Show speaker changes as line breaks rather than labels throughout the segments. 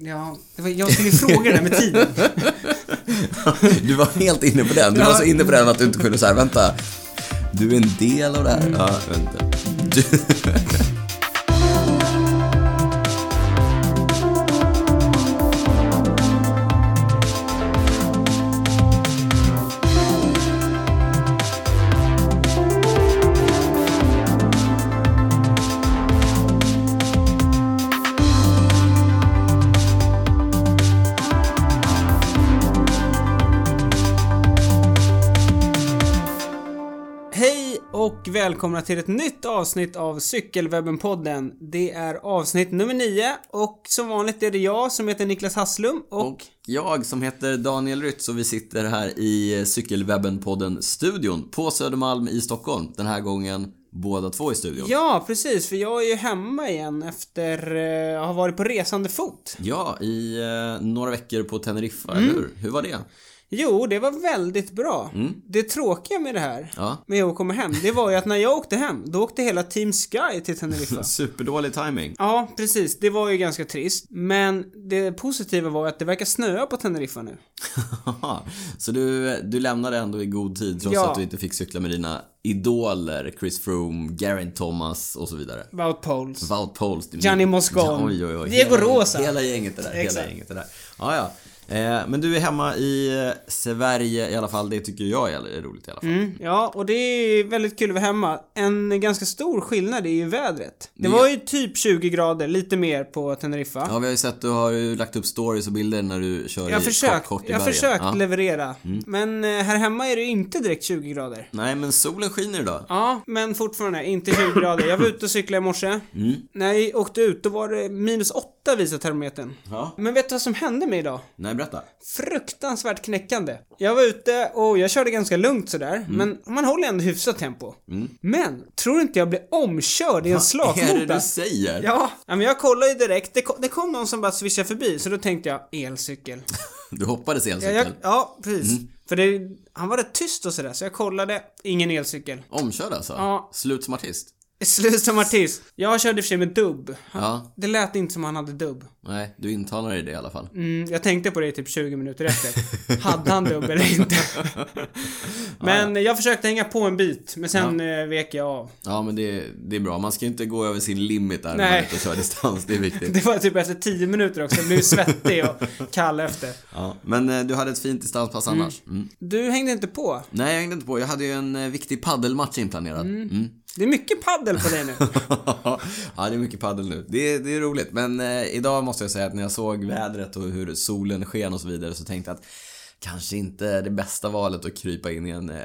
Ja, det var, jag skulle fråga det där med tiden.
Du var helt inne på den. Du var så inne på den att du inte kunde säga vänta. Du är en del av det här.
Mm.
Ja, vänta. Du...
Hej och välkomna till ett nytt avsnitt av Cykelwebben-podden. Det är avsnitt nummer nio och som vanligt är det jag som heter Niklas Hasslum och,
Och jag som heter Daniel Rytz och vi sitter här i Cykelwebben-podden-studion på Södermalm i Stockholm. Den här gången båda två i studion.
Ja, precis, för jag är ju hemma igen efter eh, att ha varit på resande fot.
Ja, i eh, några veckor på Teneriffa,
Mm.
eller hur? Hur var det?
Jo, det var väldigt bra. Det tråkiga med det här,
Ja.
med att komma hem, det var ju att när jag åkte hem, då åkte hela Team Sky till Teneriffa.
Superdålig timing.
Ja, precis. Det var ju ganska trist. Men det positiva var ju att det verkar snöa på Teneriffa nu.
så du, du lämnade ändå i god tid trots
Ja.
att du inte fick cykla med dina idoler Chris Froome, Geraint Thomas och så vidare.
About Poles.
Wout Poels. din-
Gianni Moscon.
Oj, oj, oj.
Diego
hela,
Rosa.
Hela gänget är där. Hela
Exakt.
gänget är där. Ja, ja. Eh, men du är hemma i eh, Sverige i alla fall. Det tycker jag är är roligt i alla fall.
Mm, ja, och det är väldigt kul att vara hemma. En ganska stor skillnad är ju vädret. Det var ju typ 20 grader, lite mer på Teneriffa.
Ja, vi har ju sett, du har ju lagt upp stories och bilder när du kör
jag
i
försökt,
kort, kort i
jag
bergen.
försökt
Ja. Mm.
leverera. Men eh, här hemma är det ju inte direkt 20 grader.
Nej, men solen skiner idag.
Ja, men fortfarande inte 20 grader. Jag var ute och cyklade i morse.
Mm.
När jag åkte ut, då var det minus 8 visade termometern.
Ja.
Men vet du vad som hände mig idag?
Nej, berätta.
fruktansvärt knäckande. Jag var ute och jag körde ganska lugnt sådär,
Mm.
men man håller ändå hyfsat tempo. Men, tror inte jag blev omkörd i en
Vad är det
slagmota?
du säger?
Ja, ja, men jag kollade ju direkt. Det kom, det kom någon som bara swishade förbi, så då tänkte jag elcykel.
Du hoppades
Ja,
elcykel.
jag, ja precis.
Mm.
För det, han var rätt tyst och sådär, så jag kollade. Ingen elcykel.
Omkörd alltså?
Ja.
Slut som artist?
Slut som artist. Jag körde i och för sig med dubb.
Ja.
Det lät inte som han hade dubb.
Nej, du intalar dig det i alla fall.
Mm, jag tänkte på det i typ 20 minuter efter. Hade han dubb eller inte? men jag försökte hänga på en bit, men sen eh, vek jag av.
Ja, men det, det är bra. Man ska ju inte gå över sin limit där när
Nej.
man är ute och kör distans. Det är viktigt.
Det var typ efter 10 minuter också, jag blev svettig och kall efter.
Ja, men eh, du hade ett fint distanspass annars. Mm.
Du hängde inte på.
Nej, jag hängde inte på. Jag hade ju en eh, viktig paddelmatch inplanerad. Mm.
Det är mycket paddel på dig nu.
ja, det är mycket paddel nu. Det, är- det är roligt. Men eh, idag måste jag säga att när jag såg vädret och hur solen sken och så vidare så tänkte jag att kanske inte är det bästa valet att krypa in i en eh,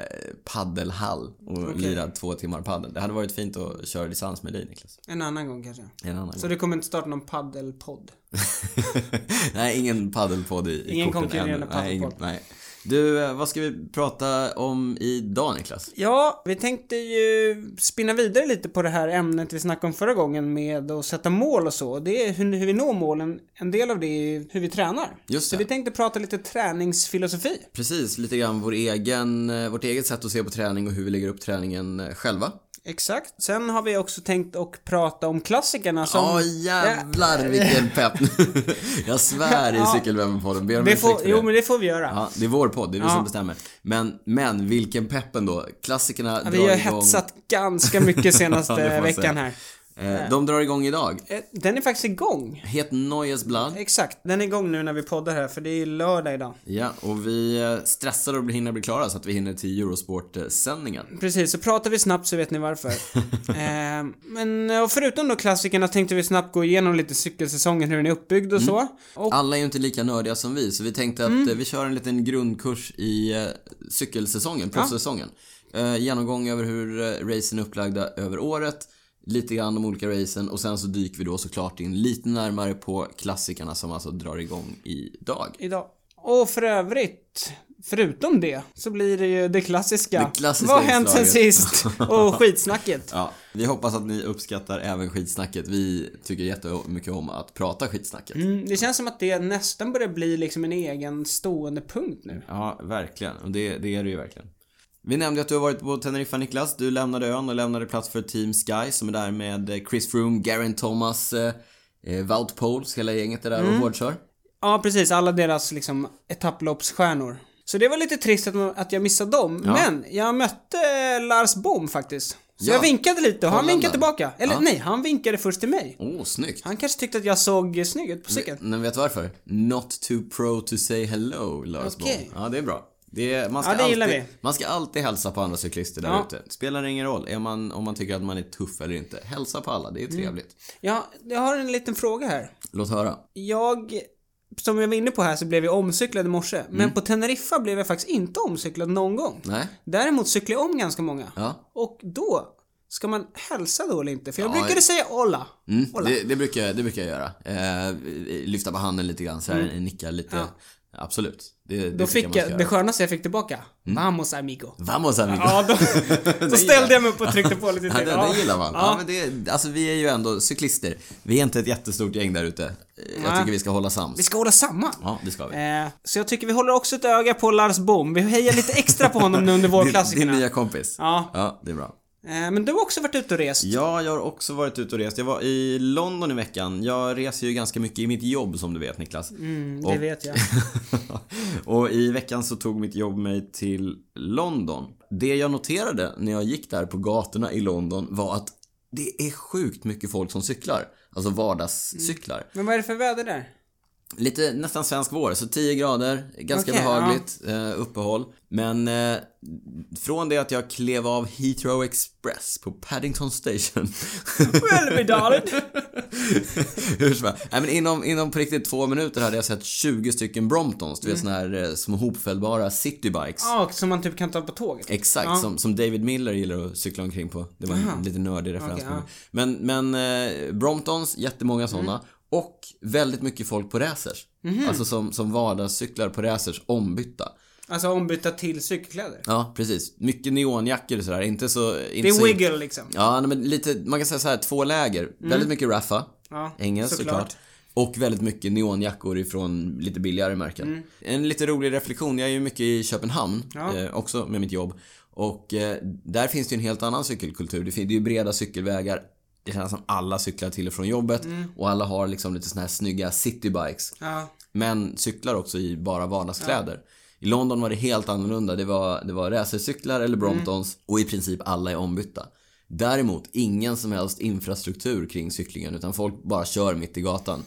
paddelhall och lira två timmar paddel. Det hade varit fint att köra distans med dig Niklas.
En annan gång kanske.
En annan
Så du kommer inte starta någon paddelpodd?
nej, ingen paddelpodd i, i
Ingen
korten
konkurrerande
ännu. Nej, ingen-
paddelpodd.
nej. Du, eh, vad ska vi prata om idag Niklas?
Ja, vi tänkte ju spinna vidare lite på det här ämnet vi snackade om förra gången med att sätta mål och så. Det är hur, hur vi når målen. En del av det är ju hur vi tränar.
Just
Så
det.
vi tänkte prata lite träningsfilosofi.
Precis, lite grann vår egen, eh, vårt eget sätt att se på träning och hur vi lägger upp träningen eh, själva.
Exakt. Sen har vi också tänkt att prata om klassikerna som...
Ja jävlar vilken pepp! jag svär i
Ja.
Cykelwebben-podden, ber om
det får,
ursäkt för
jo,
det.
men det får vi göra.
Ja, det är vår podd, det är vi
Ja.
som bestämmer. Men, men vilken pepp ändå. Klassikerna
Ja,
drar
vi har
igång.
hetsat ganska mycket
Ja,
senaste
det får man
veckan
säga.
här.
Eh, de drar igång idag.
Eh, Den är faktiskt igång.
Het Neues Blad.
Exakt. Den är igång nu när vi poddar här, för det är ju lördag idag.
Ja, och vi eh, stressar och hinner bli klara så att vi hinner till eh, Eurosport-sändningen.
Precis, så pratar vi snabbt så vet ni varför. eh, men eh, och förutom då klassikerna tänkte vi snabbt gå igenom lite cykelsäsongen, hur den är uppbyggd och så.
Mm.
Och
Alla är ju inte lika nördiga som vi, så vi tänkte att eh, vi kör en liten grundkurs i eh, cykelsäsongen, proffssäsongen. Eh, genomgång över hur eh, racen är upplagda över året, lite grann de olika racen och sen så dyker vi då såklart in lite närmare på klassikerna som alltså drar igång idag.
idag. Och för övrigt, förutom det, så blir det ju det klassiska.
Det klassiska
Vad har hänt sen
inslaget.
sist? Och skitsnacket.
Ja, vi hoppas att ni uppskattar även skitsnacket. Vi tycker jättemycket om att prata skitsnacket.
Mm, det känns som att det nästan börjar bli liksom en egen stående punkt nu.
Ja, verkligen. Och det, det är det ju verkligen. Vi nämnde att du har varit på Teneriffa Niklas. Du lämnade ön och lämnade plats för Team Sky som är där med eh, Chris Froome, Garen Thomas, eh, eh, Wout Poles, hela gänget är där
Mm.
och hårdkör.
Ja, precis. Alla deras liksom etapploppsstjärnor. Så det var lite trist att, att jag missade dem. Men jag mötte Lars Bom faktiskt. Så
Ja.
jag vinkade lite och han
Holländaren.
vinkade tillbaka. Eller
Ja.
nej, han vinkade först till mig.
Åh, oh, snyggt.
Han kanske tyckte att jag såg snygg ut på cykeln.
Men vet du varför? Not too pro to say hello, Lars
Okej.
Bohm. Ja, det är bra. Det är, man, ska
Ja, det gillar
alltid,
vi.
man ska alltid hälsa på andra cyklister där
Ja.
ute. Spelar ingen roll är man, om man tycker att man är tuff eller inte. Hälsa på alla,
Mm.
det är trevligt.
Ja, jag har en liten fråga här.
Låt höra.
Jag, som jag var inne på här så blev jag omcyklad i morse. Men på Teneriffa blev jag faktiskt inte omcyklad någon gång.
Mm. Nej?
Däremot cyklade jag om ganska många.
Ja.
Och då, ska man hälsa då eller inte? För jag
Ja,
brukade
jag-
säga hola.
Mm,
Hola.
det, det, brukar, jag- det brukar jag göra. Eh, lyfta på handen lite grann, så här, nicka lite. Absolut. Det, det
Mm. Då
tycker
fick
man
jag,
ska
det
göra.
skönaste jag fick tillbaka. Vamos amigo.
Vamos amigo.
Ja, då, då
gillar
ställde jag mig upp och tryckte på lite
Ja,
till.
den,
Ja.
den gillar man. Ja.
Ja.
men det, alltså vi är ju ändå cyklister. Vi är inte ett jättestort gäng där ute. Eh, Jag
Nej.
tycker vi ska hålla
Vi
sams.
ska hålla samman.
Ja, det ska vi.
Eh, så jag tycker vi håller också ett öga på Lars Bom. Vi hejar lite extra på honom nu under
Din,
vårklassikerna.
din nya kompis.
Ja.
ja, det är bra.
Eh, men du har också varit ute och rest.
Ja, jag har också varit ute och rest. Jag var i London i veckan. Jag reser ju ganska mycket i mitt jobb som du vet Niklas.
Mm, det
Och-
vet jag.
och i veckan så tog mitt jobb mig till London. Det jag noterade när jag gick där på gatorna i London var att det är sjukt mycket folk som cyklar. Alltså vardagscyklar.
Men vad är det för väder där?
Lite nästan svensk vår, så 10 grader, ganska
Okej,
behagligt eh, uppehåll. Men eh, från det att jag klev av Heathrow Express på Paddington Station.
Well bedoled.
Hur som helst. Nej, men inom, inom på riktigt två minuter hade jag sett 20 stycken Bromptons, du vet såna här eh, små hopfällbara citybikes.
Ja, som man typ kan ta på tåget.
Exakt, som, som David Miller gillar att cykla omkring på. Det var en lite nördig referens.
Okej, ja. Mm.
Men, men eh, Bromptons, jättemånga sådana. Och väldigt mycket folk på racers.
Mhm.
Alltså som, som vardagscyklar på racers ombytta.
Alltså ombytta till cykelkläder.
Ja, precis. Mycket neonjackor och sådär. Inte så... Inte
Det
så,
är wiggle liksom.
Ja, nej, men lite, man kan säga så här, två läger.
Mm.
Väldigt mycket raffa,
Ja,
engelskt
såklart.
såklart. Och väldigt mycket neonjackor ifrån lite billigare märken. En lite rolig reflektion, jag är ju mycket i Köpenhamn,
Mm. Ja.
eh, också med mitt jobb. Och eh, där finns det ju en helt annan cykelkultur. Det, fin- det är ju breda cykelvägar. Det känns som alla cyklar till och från jobbet och alla har liksom lite såna här snygga citybikes.
Mm. Ja.
Men cyklar också i bara vardagskläder. I London var det helt annorlunda. Det var, det var racercyklar
Mm.
eller Bromptons och i princip alla är ombytta. Däremot ingen som helst infrastruktur kring cyklingen utan folk bara kör mitt i gatan.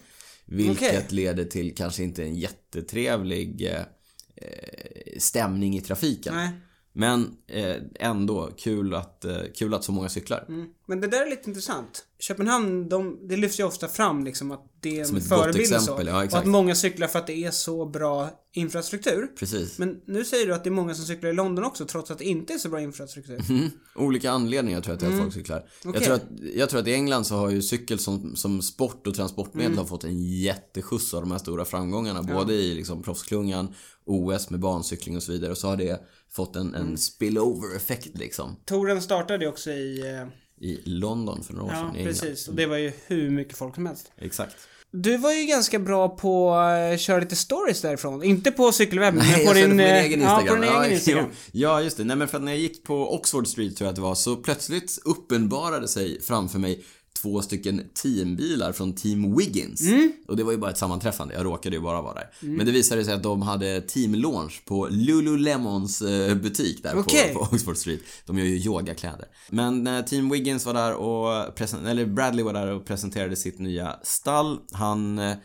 Vilket
Okej.
leder till kanske inte en jättetrevlig eh, eh, stämning i trafiken.
Nej.
Men eh, ändå kul att, eh, kul att så många cyklar.
Mm. Men det där är lite intressant. Köpenhamn, de, det lyfts ju ofta fram liksom att det är en
Som ett gott
förebild och så.
exempel, ja, exakt.
och att många cyklar för att det är så bra infrastruktur.
Precis.
Men nu säger du att det är många som cyklar i London också trots att det inte är så bra infrastruktur.
Mm. Olika anledningar tror jag till att folk cyklar.
Mm. Okej.
Jag, tror att, jag tror att i England så har ju cykel som, som sport och transportmedel
Mm.
har fått en jätteskjuts av de här stora framgångarna. Både i liksom proffsklungan, OS med bancykling och så vidare. Och så har det fått en, en
Mm.
spillover-effekt liksom.
Touren startade ju också i... eh,
I London för några år
Ja,
sedan. i England.
precis. Och det var ju hur mycket folk som helst.
Exakt.
Du var ju ganska bra på att eh, köra lite stories därifrån. Inte på cykelwebben,
Nej,
men på
jag
din,
körde på min
eh,
egen Instagram.
Ja, på din egen Instagram.
jo. ja, just det. Nej, men för att när jag gick på Oxford Street tror jag att det var, så plötsligt uppenbarade sig framför mig två stycken teambilar från Team Wiggins. Och det var ju bara ett sammanträffande, jag råkade ju bara vara där. Men det visade sig att de hade teamlaunch på Lululemons eh, butik där
Okej.
på, på Oxford Street. De gör ju yogakläder. Men eh, Team Wiggins var där och presen- eller Bradley var där och presenterade sitt nya stall. Han eh,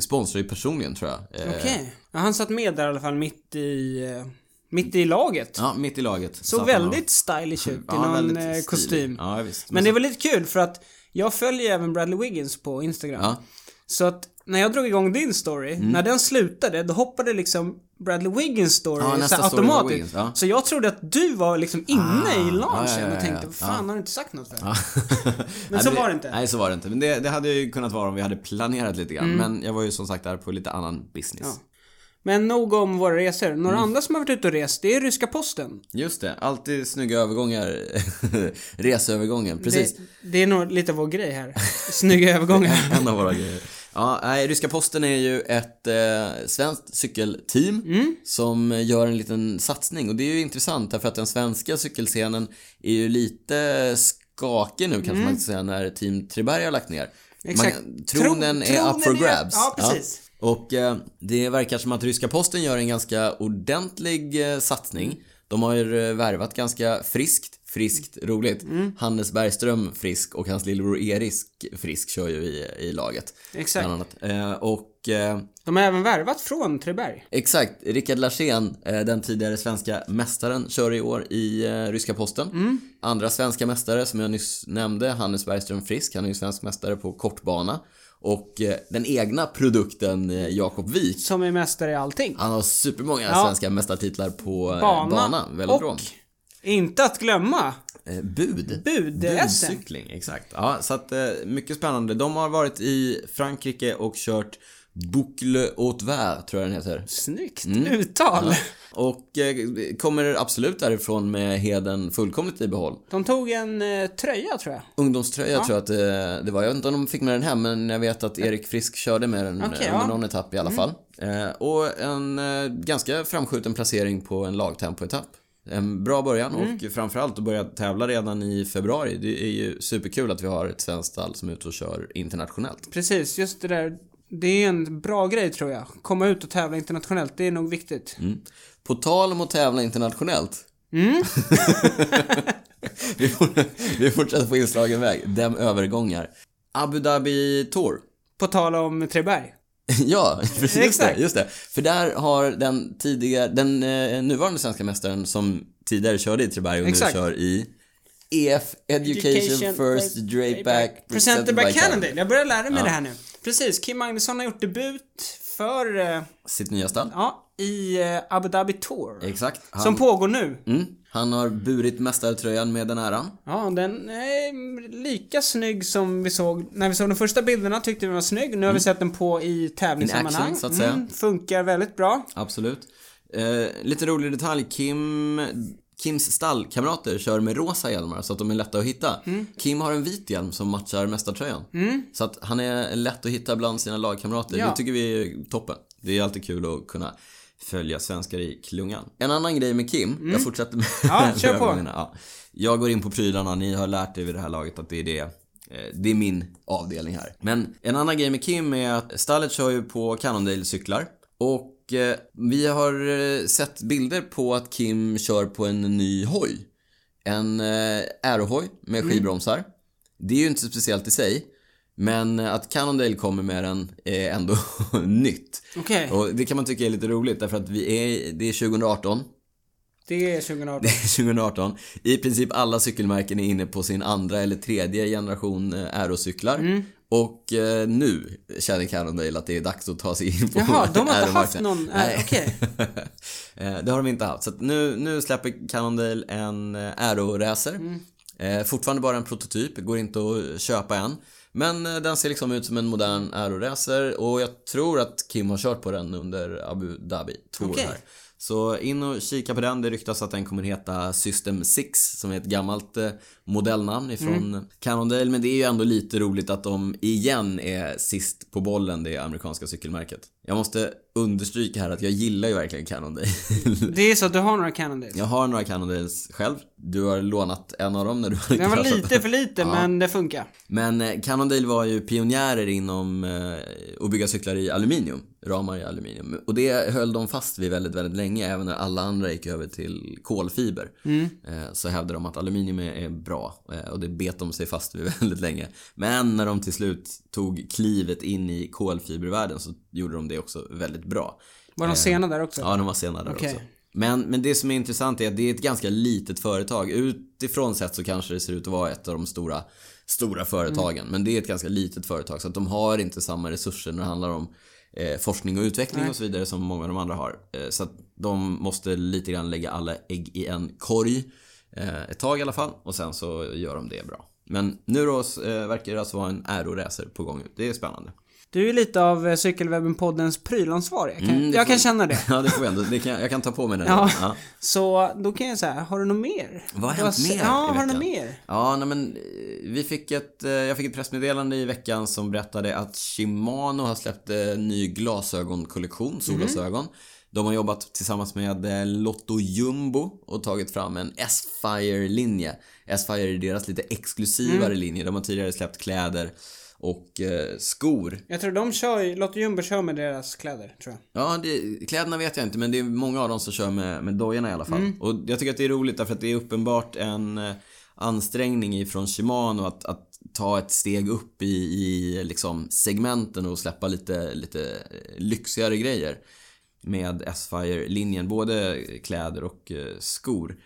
sponsrar ju personligen tror jag. Eh,
Okej. Ja, han satt med där i alla fall mitt i... eh, Mitt i laget.
Ja, mitt i laget.
Såg
Satt
väldigt stylish ut i
han och-
någon
väldigt
eh,
stilig.
kostym.
Ja, visst.
Men det var lite kul för att jag följer även Bradley Wiggins på Instagram.
Ja. Mm.
Så att när jag drog igång din story, när den slutade, då hoppade liksom Bradley Wiggins story
Ja,
så
nästa
här
story var
automatiskt.
Wiggins, ja. Ah,
Så jag trodde att du var liksom inne i launchen
ja, ja, ja,
och tänkte,
ja.
vad fan har du inte sagt något för?
Ja.
Men
Nej,
så var det inte.
Nej, så var det inte. Men det, det hade ju kunnat vara om vi hade planerat lite
Mm.
grann. Men jag var ju som sagt där på lite annan business.
Men nog om våra resor. Några
Mm.
andra som har varit ute och rest, det är ryska posten.
Just det, alltid snygga övergångar. Reseövergången, precis.
Det, det är nog lite vår grej här. Snygga övergångar.
En av våra grejer. Ja, nej, Ryska Posten är ju ett eh, svenskt cykelteam
Mm.
som gör en liten satsning och det är ju intressant därför att den svenska
Mm.
cykelscenen är ju lite skakig nu kanske man kan säga när Team Treberg har lagt ner.
Exakt.
Man, tronen
Tro-
är up for
tronen är-
grabs.
ja, precis.
Och eh, det verkar som att ryska posten gör en ganska ordentlig eh, satsning. De har ju eh, värvat ganska friskt, friskt, roligt.
Mm.
Hannes Bergström frisk och hans lillebror Erik frisk kör ju i, i laget.
Exakt.
Bland annat. Eh, och eh,
De har även värvat från Treberg.
Exakt. Rickard Larsén, eh, den tidigare svenska mästaren, kör i år i eh, ryska posten.
Mm.
Andra svenska mästare som jag nyss nämnde, Hannes Bergström Frisk, han är ju svensk mästare på kortbana. Och eh, den egna produkten eh, Jakob Wik,
Som är mästare i allting.
han har supermånga
Ja.
svenska mästartitlar på eh,
Bana,
bana velodrom.
och inte att glömma
Eh, bud.
bud-SM.
Budcykling, exakt. Ja, så att eh, mycket spännande. De har varit i Frankrike och kört Boucle haute Vert, tror jag den heter.
Snyggt
Mm.
uttal.
Och eh, kommer absolut därifrån med heden fullkomligt i behåll.
De tog en eh, tröja tror jag.
Ungdomströja tror jag att eh, det, det var. Jag vet inte om de fick med den hem men jag vet att Erik Frisk körde med den eh,
Okej,
under
ja. Mm.
någon etapp i alla fall. Eh, och en eh, ganska framskjuten placering på en lagtempoetapp. En bra början
Mm.
och framförallt att börja tävla redan i februari. Det är ju superkul att vi har ett svenskt stall som är ute och kör internationellt.
Precis, just det där. Det är en bra grej tror jag. Komma ut och tävla internationellt, det är nog viktigt.
Mm. På tal om att tävla internationellt.
Mm.
vi, får, vi fortsätter på inslagen väg. Dem övergångar. Abu Dhabi Tour.
På tal om Treberg.
ja, precis. Just det,
Exakt.
just det. För där har den tidigare, den eh, nuvarande svenska mästaren som tidigare körde i Treberg och
Exakt.
nu kör i EF Education, First Drapeback
Presented by Cannondale.
Canada.
Jag börjar lära mig det här nu. Precis, Kim Magnusson har gjort debut för, eh,
Sitt nya stall.
ja, i eh, Abu Dhabi Tour.
Exakt. Han,
Som pågår nu.
mm, han har burit mästartröjan med den äran.
Ja, den är lika snygg som vi såg. När vi såg de första bilderna tyckte vi den var snygg. Nu har vi sett den på i tävlingssammanhang.
Mm.
Mm,
In action, så att säga.
funkar väldigt bra.
Absolut. Eh, lite rolig detalj. Kim, Kims stallkamrater kör med rosa hjälmar så att de är lätta att hitta.
Mm.
Kim har en vit hjälm som matchar mästartröjan. Så att han är lätt att hitta bland sina lagkamrater.
Ja.
Det tycker vi är toppen. Det är alltid kul att kunna följa svenskar i klungan. En annan grej med Kim, jag fortsätter med
Mm. Ja, kör på.
övergångarna. Ja. Jag går in på prylarna, ni har lärt er vid det här laget att det är det eh, det är min avdelning här. Men en annan grej med Kim är att stallet kör ju på Cannondale-cyklar. Och eh, vi har eh, sett bilder på att Kim kör på en ny hoj. En eh, aerohoj med
Mm.
skivbromsar. Det är ju inte speciellt i sig. Men att Cannondale kommer med den är ändå nytt.
Okej,
Och det kan man tycka är lite roligt därför att vi är, det är 2018.
det är 2018.
Det är 2018. I princip alla cykelmärken är inne på sin andra eller tredje generation eh, aerocyklar.
Mm.
Och eh, nu känner Cannondale att det är dags att ta sig in på
Jaha, de har inte haft
aeromarknaden.
någon...
Nej.
Äh, Okej.
Eh, det har de inte haft. Så att nu, nu släpper Cannondale en eh, Aero-racer.
Mm.
Eh, fortfarande bara en prototyp, går inte att köpa än. Men eh, den ser liksom ut som en modern Aero-racer och jag tror att Kim har kört på den under Abu Dhabi Tour
Okej.
här. Så in och kika på den. Det ryktas att den kommer heta System 6 som är ett gammalt eh, modellnamn ifrån
Mm.
Cannondale. Men det är ju ändå lite roligt att de igen är sist på bollen, det amerikanska cykelmärket. Jag måste understryka här att jag gillar ju verkligen Cannondale.
Det är så att du har några Cannondales.
jag har några Cannondales själv. Du har lånat en av dem när du har
Den var
kraschat.
lite för lite, men det funkar.
Men eh, Cannondale var ju pionjärer inom eh, att bygga cyklar i aluminium, ramar i aluminium. Och det höll de fast vid väldigt, väldigt länge, även när alla andra gick över till kolfiber. Eh, så hävdade de att aluminium är, är bra eh, och det bet de sig fast vid väldigt länge. Men när de till slut tog klivet in i kolfibervärlden så gjorde de det också väldigt bra.
Var de sena där också?
Eh, Ja, de var sena där
Okej.
också. Men, men det som är intressant är att det är ett ganska litet företag. Utifrån sett så kanske det ser ut att vara ett av de stora, stora företagen.
Mm.
Men det är ett ganska litet företag så att de har inte samma resurser när det handlar om eh, forskning och utveckling och så vidare som många av de andra har. Eh, så att de måste lite grann lägga alla ägg i en korg. Eh, ett tag i alla fall och sen så gör de det bra. Men nu då eh, verkar det alltså vara en aeroracer på gång ut. Det är spännande.
Du är lite av eh, Cykelwebben-poddens prylansvarig. Jag kan, jag kan känna det.
Ja, Mm, det får jag ändå. Det kan, jag kan ta på mig den.
Ja.
Ja.
Så då kan jag säga, har du något mer?
Vad har
Du
hänt
se-
mer i
Ja, har du
veckan?
något mer?
Ja, nej men eh, vi fick ett, eh, jag fick ett pressmeddelande i veckan som berättade att Shimano har släppt eh, ny
Mhm.
glasögonkollektion, solglasögon. De har jobbat tillsammans med eh, Lotto Jumbo och tagit fram en
Mm.
S-Fire-linje. S-Fire är deras lite exklusivare linje. De har tidigare släppt kläder och eh, skor.
Jag tror de kör ju, Lotta Ljungberg kör med deras kläder, tror jag.
Ja, det, kläderna vet jag inte men det är många av dem som kör med, med dojorna i alla fall. Och jag tycker att det är roligt därför att det är uppenbart en eh, ansträngning ifrån Shimano att, att ta ett steg upp i, i liksom segmenten och släppa lite, lite lyxigare grejer med S-Fire-linjen, både kläder och eh, skor.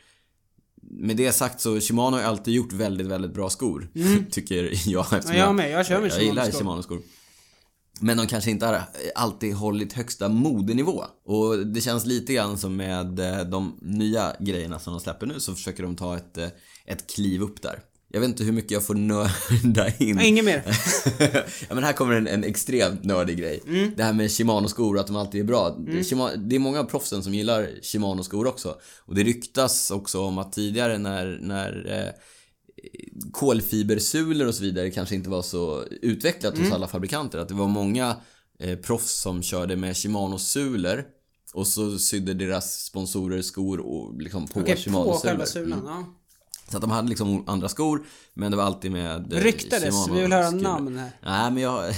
Med det sagt så Shimano har alltid gjort väldigt, väldigt bra skor. Tycker jag. eftersom
jag med. Jag kör med
Jag gillar
Shimano-skor.
Shimano-skor. Men de kanske inte har alltid hållit högsta modenivå. Och det känns lite grann som med eh, de nya grejerna som de släpper nu så försöker de ta ett, eh, ett kliv upp där. Jag vet inte hur mycket jag får nörda in.
Nej, inget mer.
ja, men här kommer en, en extremt nördig grej.
Mm.
Det här med Shimano-skor och att de alltid är bra. Shima, det är många av proffsen som gillar Shimano-skor också. Och det ryktas också om att tidigare när, när eh, kolfibersulor och så vidare kanske inte var så utvecklat
Mm.
hos alla fabrikanter. Att det var många eh, proffs som körde med Shimano-sulor och så sydde deras sponsorer skor och liksom på
Okej, på
Shimano-sulor.
själva
Mm.
sulan, ja.
Så att de hade liksom andra skor, men det var alltid med eh,
Ryktades,
Shimano
vi vill höra
skor.
namn här.
Nej, men jag...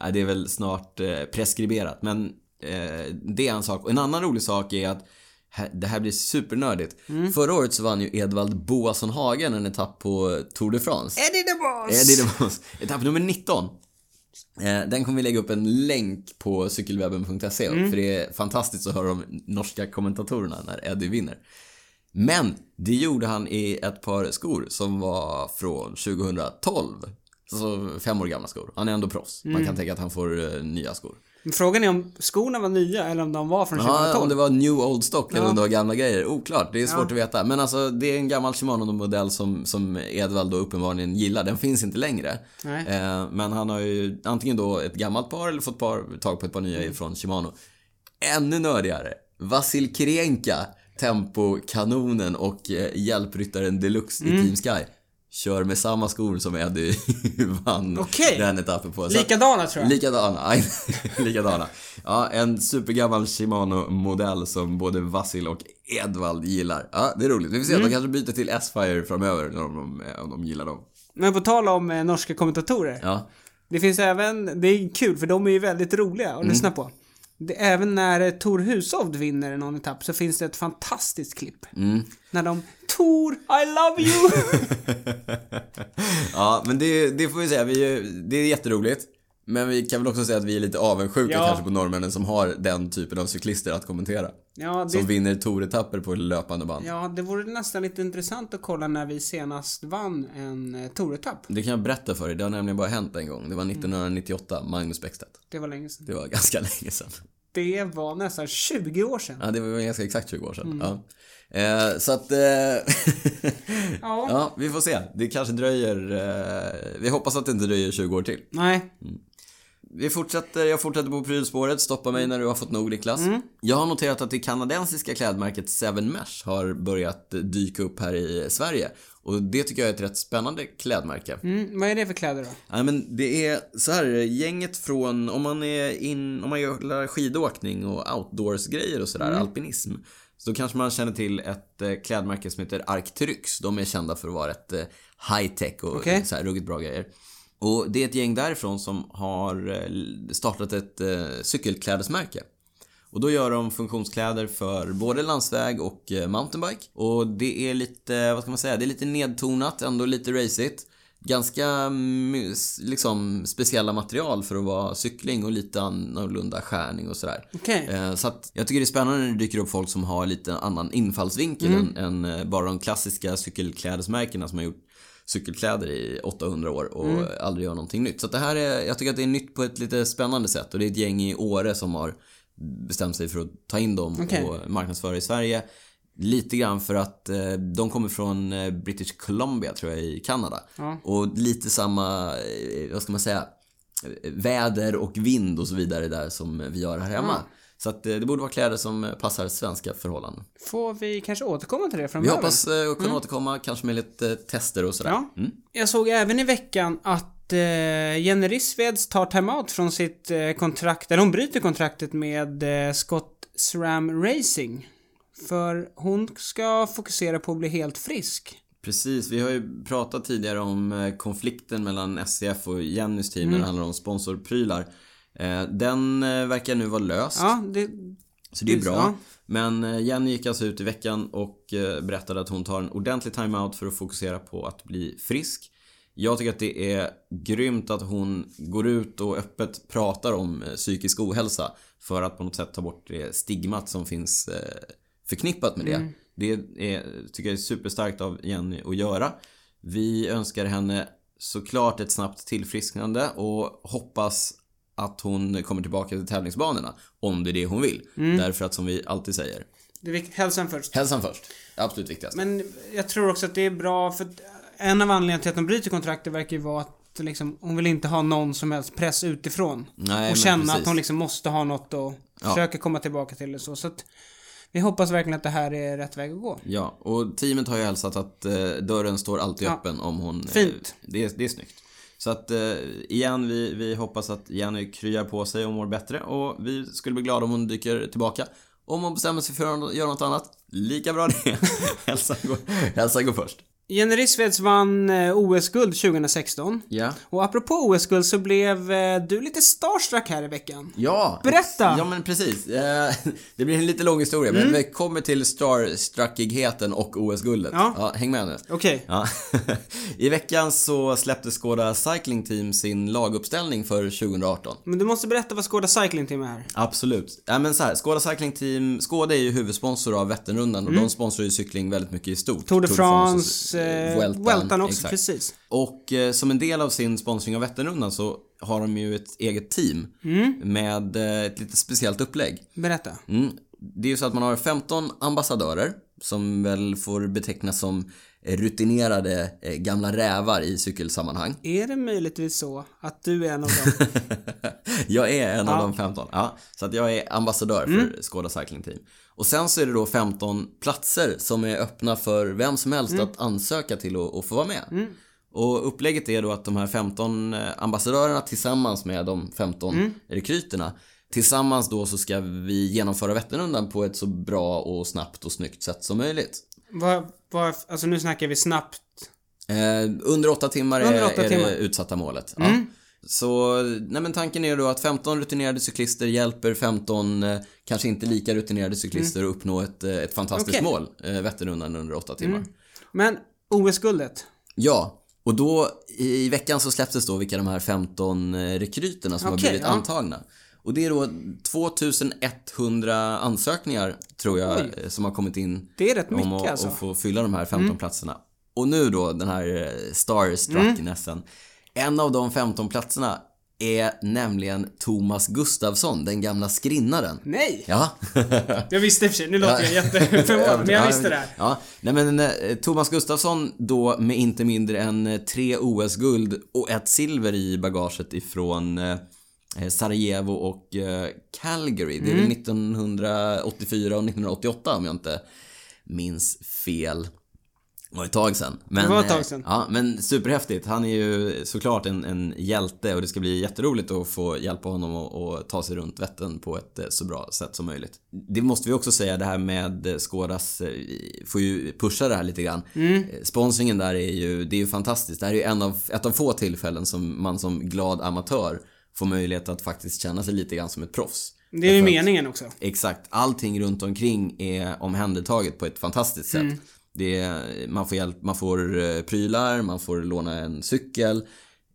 Nej, det är väl snart eh, preskriberat, men eh, det är en sak. Och en annan rolig sak är att här- det här blir supernördigt. Förra året så vann ju Edvald Boasson Hagen en etapp på Tour de France.
Eddie the Boss!
Eddie the Boss. Etapp nummer 19. Eh, Den kommer vi lägga upp en länk på cykelwebben.se för det är fantastiskt att höra de norska kommentatorerna när Eddie vinner. Men det gjorde han i ett par skor som var från 2012. Så fem år gamla skor. Han är ändå proffs. Man kan tänka att han får eh, nya skor.
Men Frågan är om skorna var nya eller om de var från
Ja,
2012.
om det var new old stock eller om det var gamla grejer. Oklart, det är svårt att veta. Men alltså det är en gammal Shimano-modell som, som Edvald då uppenbarligen gillar. Den finns inte längre.
Nej.
Eh, men han har ju antingen då ett gammalt par eller fått par, tag på ett par nya
Mm.
från Shimano. Ännu nördigare. Vasil Kirenka, Tempo-kanonen och eh, hjälpryttaren Deluxe
Mm.
i Team Sky. Kör med samma skor som Eddie vann
Okej.
den etappen på. Så att-
Likadana tror jag.
Likadana, nej, likadana. Ja, en supergammal Shimano-modell som både Vasil och Edvald gillar. Ja, det är roligt. Vi får se,
Mm.
de kanske byter till S-Fire framöver när de- om de, om de gillar dem.
Men på tal om eh, norska kommentatorer.
Ja.
Det finns även, det är kul för de är ju väldigt roliga
Mm.
att lyssna på. Det, även när eh, Tor Hushovd vinner någon etapp så finns det ett fantastiskt klipp.
Mm.
När de Tor, I love you!
ja, men det, det får vi säga. Vi, är ju- det är jätteroligt. Men vi kan väl också säga att vi är lite avundsjuka
Ja.
kanske på norrmännen som har den typen av cyklister att kommentera.
ja,
Som
det,
vinner touretapper på löpande band.
ja, det vore nästan lite intressant att kolla när vi senast vann en eh, Tor-etapp.
Det kan jag berätta för dig. Det har nämligen bara hänt en gång. Det
Mm.
var 1998, Magnus Bäckstedt.
Det var länge sedan.
Det var ganska länge sedan.
Det var nästan 20 år sedan.
Ja, det var ganska exakt 20 år sedan.
Mm.
Ja. Eh, så att... Eh,
Ja.
ja, vi får se. Det kanske dröjer... Eh, vi hoppas att det inte dröjer 20 år till.
Nej,
Mm. Vi fortsätter, jag fortsätter på prylspåret. Stoppa
Mm.
mig när du har fått nog Niklas. Jag har noterat att det kanadensiska klädmärket Seven Mesh har börjat dyka upp här i Sverige. Och det tycker jag är ett rätt spännande klädmärke.
mm, vad är det för kläder då?
Nej men det är så här gänget från, om man är in, om man gillar skidåkning och outdoors-grejer och sådär, alpinism. Så då kanske man känner till ett eh, klädmärke som heter Arcturux. De är kända för att vara ett eh, high-tech och
Okej.
så här ruggigt bra grejer. Och det är ett gäng därifrån som har eh, startat ett eh, cykelklädesmärke. Och då gör de funktionskläder för både landsväg och eh, mountainbike. Och det är lite, vad ska man säga, det är lite nedtonat, ändå lite racigt. Ganska mys, liksom speciella material för att vara cykling och lite annorlunda skärning och sådär.
Okej.
Eh, Så att jag tycker det är spännande när det dyker upp folk som har lite annan infallsvinkel
Mm.
än, än eh, bara de klassiska cykelklädesmärkena som har gjort cykelkläder i 800 år och
Mm.
aldrig gör någonting nytt. Så att det här är, jag tycker att det är nytt på ett lite spännande sätt och det är ett gäng i Åre som har bestämt sig för att ta in dem
Okej.
och marknadsföra i Sverige. Lite grann för att eh, de kommer från eh, British Columbia tror jag i Kanada.
Ja.
Och lite samma, eh, vad ska man säga, eh, väder och vind och så vidare där som vi gör här hemma. Så att eh, det borde vara kläder som eh, passar svenska förhållanden.
Får vi kanske återkomma till det
Vi
framöver?
hoppas eh, kunna återkomma kanske med lite eh, tester och sådär.
Ja.
Mm.
Jag såg även i veckan att eh, Jenny Rissveds tar timeout från sitt eh, kontrakt, eller hon bryter kontraktet med eh, Scott SRAM Racing. För hon ska fokusera på att bli helt frisk.
Precis, vi har ju pratat tidigare om eh, konflikten mellan SCF och Jennys team när det handlar om sponsorprylar. Eh, Den eh, verkar nu vara löst,
Ja, det...
så det är
precis,
bra.
ja.
Men eh, Jenny gick alltså ut i veckan och eh, berättade att hon tar en ordentlig timeout för att fokusera på att bli frisk. Jag tycker att det är grymt att hon går ut och öppet pratar om eh, psykisk ohälsa för att på något sätt ta bort det stigmat som finns eh, förknippat med det.
Mm.
Det är, tycker jag är superstarkt av Jenny att göra. Vi önskar henne såklart ett snabbt tillfrisknande och hoppas att hon kommer tillbaka till tävlingsbanorna. Om det är det hon vill.
Mm.
Därför att som vi alltid säger,
det är vik- hälsan först.
hälsan först. Absolut viktigast.
Men jag tror också att det är bra för att en av anledningarna till att de bryter kontraktet verkar ju vara att liksom, hon vill inte ha någon som helst press utifrån.
Nej, men
och känna
precis.
att hon liksom måste ha något att försöka komma tillbaka till och så. Så att vi hoppas verkligen att det här är rätt väg att gå.
Ja, och teamet har ju hälsat att eh, dörren står alltid
Ja.
öppen om hon... eh,
Fint.
Det, är- det är snyggt. Så att eh, igen, vi, vi hoppas att Jenny kryar på sig och mår bättre och vi skulle bli glada om hon dyker tillbaka. Om hon bestämmer sig för att göra något annat, lika bra det. hälsan, går, hälsan går först.
Jenny Rissveds vann eh, OS-guld 2016.
Ja.
Och apropå OS-guld så blev eh, du lite starstruck här i veckan.
Ja!
Berätta! Mm.
Ja men precis. Eh, Det blir en lite lång historia men vi kommer till starstruckigheten och OS-guldet.
Ja.
ja, häng med nu.
Okej.
Ja. I veckan så släppte Skoda Cycling Team sin laguppställning för 2018.
Men du måste berätta vad Skåda Cycling Team är.
Absolut. Ja, men så här, Skoda Cycling Team, Skoda är ju huvudsponsor av Vätternrundan och de sponsrar ju cykling väldigt mycket i stort.
Mm. Tour de
och,
France,
eh,
eh, Vueltan, också,
exakt.
precis.
Och eh, som en del av sin sponsring av Vätternrundan så har de ju ett eget team
Mm.
med eh, ett lite speciellt upplägg.
Berätta.
Mm. Det är ju så att man har 15 ambassadörer som väl får betecknas som rutinerade eh, gamla rävar i cykelsammanhang.
Är det möjligtvis så att du är en av dem?
jag är en av de 15. Ja, så att jag är ambassadör för Skoda Cycling Team. Och sen så är det då 15 platser som är öppna för vem som helst att ansöka till och, och få vara med. Och upplägget är då att de här 15 eh, ambassadörerna tillsammans med de 15 rekryterna Tillsammans då så ska vi genomföra Vätternrundan på ett så bra och snabbt och snyggt sätt som möjligt.
vad, vad, alltså nu snackar vi snabbt.
Eh, under åtta timmar är,
Under åtta
är
timmar. Mm.
det utsatta målet. Ja. Så nej, men tanken är ju då att 15 rutinerade cyklister hjälper 15 eh, kanske inte lika rutinerade cyklister att uppnå ett, eh, ett fantastiskt
Mm. Okej. Mm.
mål, eh, Vätternrundan under åtta timmar.
Men OS-guldet.
Ja, och då i, i veckan så släpptes då vilka de här 15 eh, rekryterna som har
Okej,
blivit
ja.
antagna. Och det är då 2100 ansökningar tror jag eh, som har kommit in
Det är rätt
om
mycket
att,
alltså. Mm.
att få fylla de här 15 platserna. Och nu då den här eh,
Mm.
starstrucknessen. En av de 15 platserna är nämligen Thomas Gustafsson, den gamla skrinnaren.
Nej!
Ja.
Jag visste i och för sig, nu låter jag jätteförvånad, men jag visste det här.
Ja. Nej men eh, Thomas Gustafsson då med inte mindre än eh, tre OS-guld och ett silver i bagaget ifrån eh, Sarajevo och eh, Calgary. Det är
Mm.
väl 1984 och 1988 om jag inte minns fel. Det var ett tag sedan. Men,
Det var ett
eh,
tag sedan.
Ja, men superhäftigt. Han är ju såklart en, en hjälte och det ska bli jätteroligt att få hjälpa honom att, att ta sig runt Vättern på ett eh, så bra sätt som möjligt. Det måste vi också säga, det här med eh, Skådas, eh, vi får ju pusha det här lite grann.
Mm.
Eh, Sponsringen där är ju, det är ju fantastiskt. Det här är ju en av, ett av få tillfällen som man som glad amatör får möjlighet att faktiskt känna sig lite grann som ett proffs.
Det är ju meningen också.
Exakt. Allting runt omkring är omhändertaget på ett fantastiskt sätt.
Mm.
Det är, man, får hjälp, man får eh, prylar, man får låna en cykel.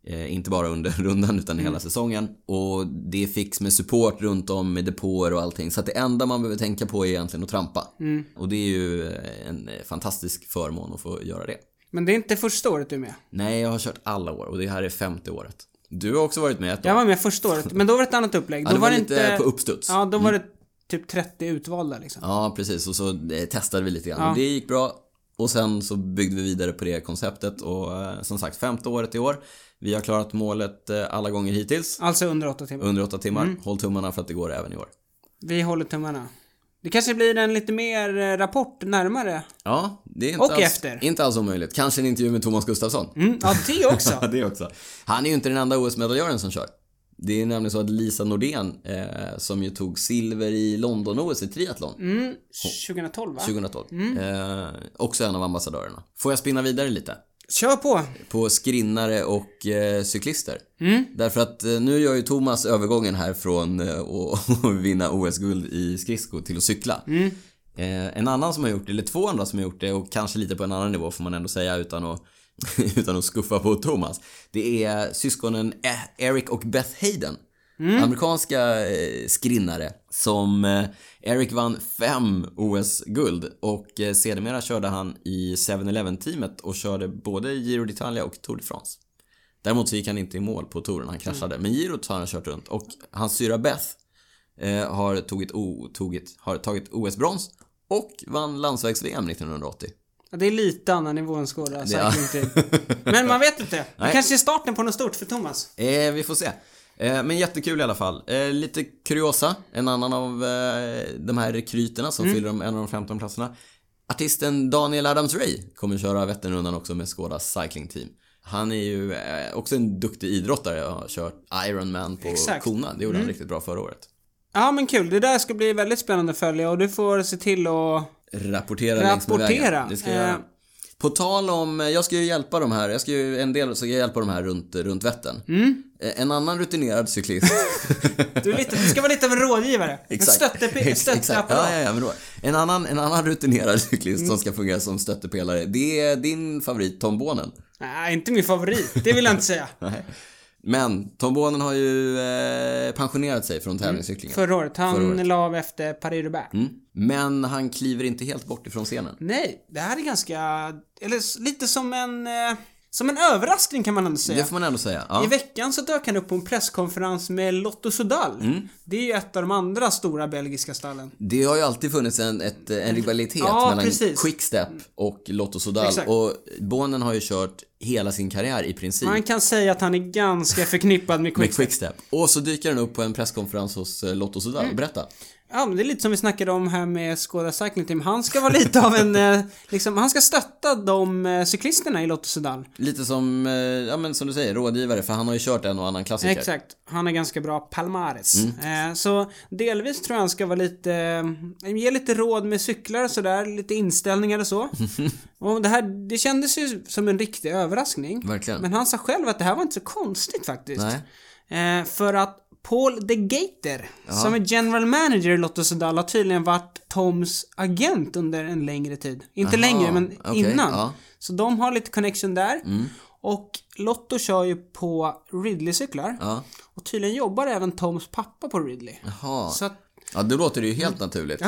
Eh, inte bara under rundan utan
Mm.
hela säsongen. Och det är fix med support runt om med depåer och allting. Så att det enda man behöver tänka på är egentligen att trampa.
Mm.
Och det är ju eh, en eh, fantastisk förmån att få göra det.
Men det är inte första året du är med.
Nej, jag har kört alla år och det här är femte året. Du har också varit med ett år.
Jag var med första året, men då var det ett annat upplägg. Då
det var
det
lite på uppstuds.
Ja, då var det typ 30 utvalda liksom.
Ja, precis. Och så eh, testade vi lite grann. Och det gick bra. Och sen så byggde vi vidare på det konceptet och eh, som sagt, femte året i år. Vi har klarat målet eh, alla gånger hittills.
Alltså under åtta timmar.
Under åtta timmar.
Mm.
Håll tummarna för att det går även i år.
Vi håller tummarna. Det kanske blir en lite mer eh, rapport närmare.
Ja, det är inte,
Och
alls,
efter.
inte alls omöjligt. Kanske en intervju med Thomas Gustafsson.
Mm, ja, det också.
Ja, det också. Han är ju inte den enda OS-medaljören som kör. Det är nämligen så att Lisa Nordén, eh, som ju tog silver i London-OS i triathlon
Mm, 2012 va?
2012, eh, också en av ambassadörerna. Får jag spinna vidare lite?
Kör på!
På skrinnare och eh, cyklister. Därför att eh, nu gör ju Thomas övergången här från eh, att vinna OS-guld i skridsko till att cykla. Eh, en annan som har gjort det, eller två andra som har gjort det och kanske lite på en annan nivå får man ändå säga utan att, utan att skuffa på Thomas. Det är syskonen E- Eric och Beth Hayden. Amerikanska eh, skrinnare som eh, Eric vann fem OS-guld och eh, sedermera körde han i 7-Eleven teamet och körde både Giro d'Italia och Tour de France. Däremot så gick han inte i mål på touren, han kraschade. Men Girot har han kört runt och hans syra Beth eh, har, tagit o, tagit, har tagit OS-brons och vann landsvägs-VM 1980.
Ja, Det är lite annan nivå än skåda,
Ja.
cycling Men man vet inte. Det
Nej.
kanske är starten på något stort för Thomas.
Eh, vi får se. Eh, men jättekul i alla fall. Eh, lite kuriosa, en annan av eh, de här rekryterna
Mm.
som fyller de, en av de 15 platserna. Artisten Daniel Adams-Ray kommer köra Vätternrundan också med Skådas Cycling Team. Han är ju eh, också en duktig idrottare och har kört Ironman på
Exakt. Mm.
Kona. Det gjorde han riktigt bra förra året.
Ja men kul, det där ska bli väldigt spännande att följa och du får se till att...
Rapportera, längs med
Rapportera.
vägen. Det ska jag
Eh.
göra. På tal om, eh, jag ska ju hjälpa de här, jag ska ju, en del ska jag hjälpa de här runt, runt Vättern.
Mm.
Eh, En annan rutinerad cyklist
Du, är lite, du ska vara lite av en rådgivare. En
Exakt.
stöttepe-
Ex- exakt. Ja, ja,
stötteapparat.
ja, men då. En, annan, en annan rutinerad cyklist som ska fungera som stöttepelare, det är din favorit Tom Bonen.
Nej, inte min favorit. Det vill jag inte säga.
Nej. Men Tom Bonen har ju eh, pensionerat sig
Mm.
från tävlingscyklingen.
Förra året. Han
Förra året.
la av efter Paris-Roubaix.
Mm. Men han kliver inte helt bort ifrån scenen.
Nej, det här är ganska... Eller s- lite som en... Eh, som en överraskning kan man ändå säga.
Det får man ändå säga. Ja.
I veckan så dök han upp på en presskonferens med Lotto Sudal.
Mm.
Det är ju ett av de andra stora belgiska stallen.
Det har ju alltid funnits en, ett, en rivalitet
Ja,
mellan
precis.
Quickstep och Lotto Sodal.
Exakt.
Och Bonen har ju kört hela sin karriär i princip.
Man kan säga att han är ganska förknippad med
Med
Quickstep.
Quickstep. Och så dyker han upp på en presskonferens hos eh, Lotto Sodal.
Mm.
Berätta.
Ja, men det är lite som vi snackade om här med Skoda Cycling Team. Han ska vara lite av en... eh, Liksom, han ska stötta de eh, cyklisterna i Lotto Sudal.
Lite som, eh, ja men som du säger, rådgivare för han har ju kört en och annan klassiker.
Exakt. Han är ganska bra palmares. Eh, så delvis tror jag han ska vara lite... Eh, ge lite råd med cyklar och sådär. Lite inställningar och så. och det här, det kändes ju som en riktig överraskning.
Verkligen.
Men han sa själv att det här var inte så konstigt faktiskt.
Nej.
Eh, för att Paul De Gator, som är general manager i Lotto Sudal, har tydligen varit Toms agent under en längre tid. Inte
Aha,
längre, men
okej,
innan.
ja. Mm.
Så de har lite connection där. Och Lotto kör ju på Ridley-cyklar.
Ja.
Och tydligen jobbar även Toms pappa på Ridley.
Jaha.
Så att,
Ja, då låter det ju helt naturligt.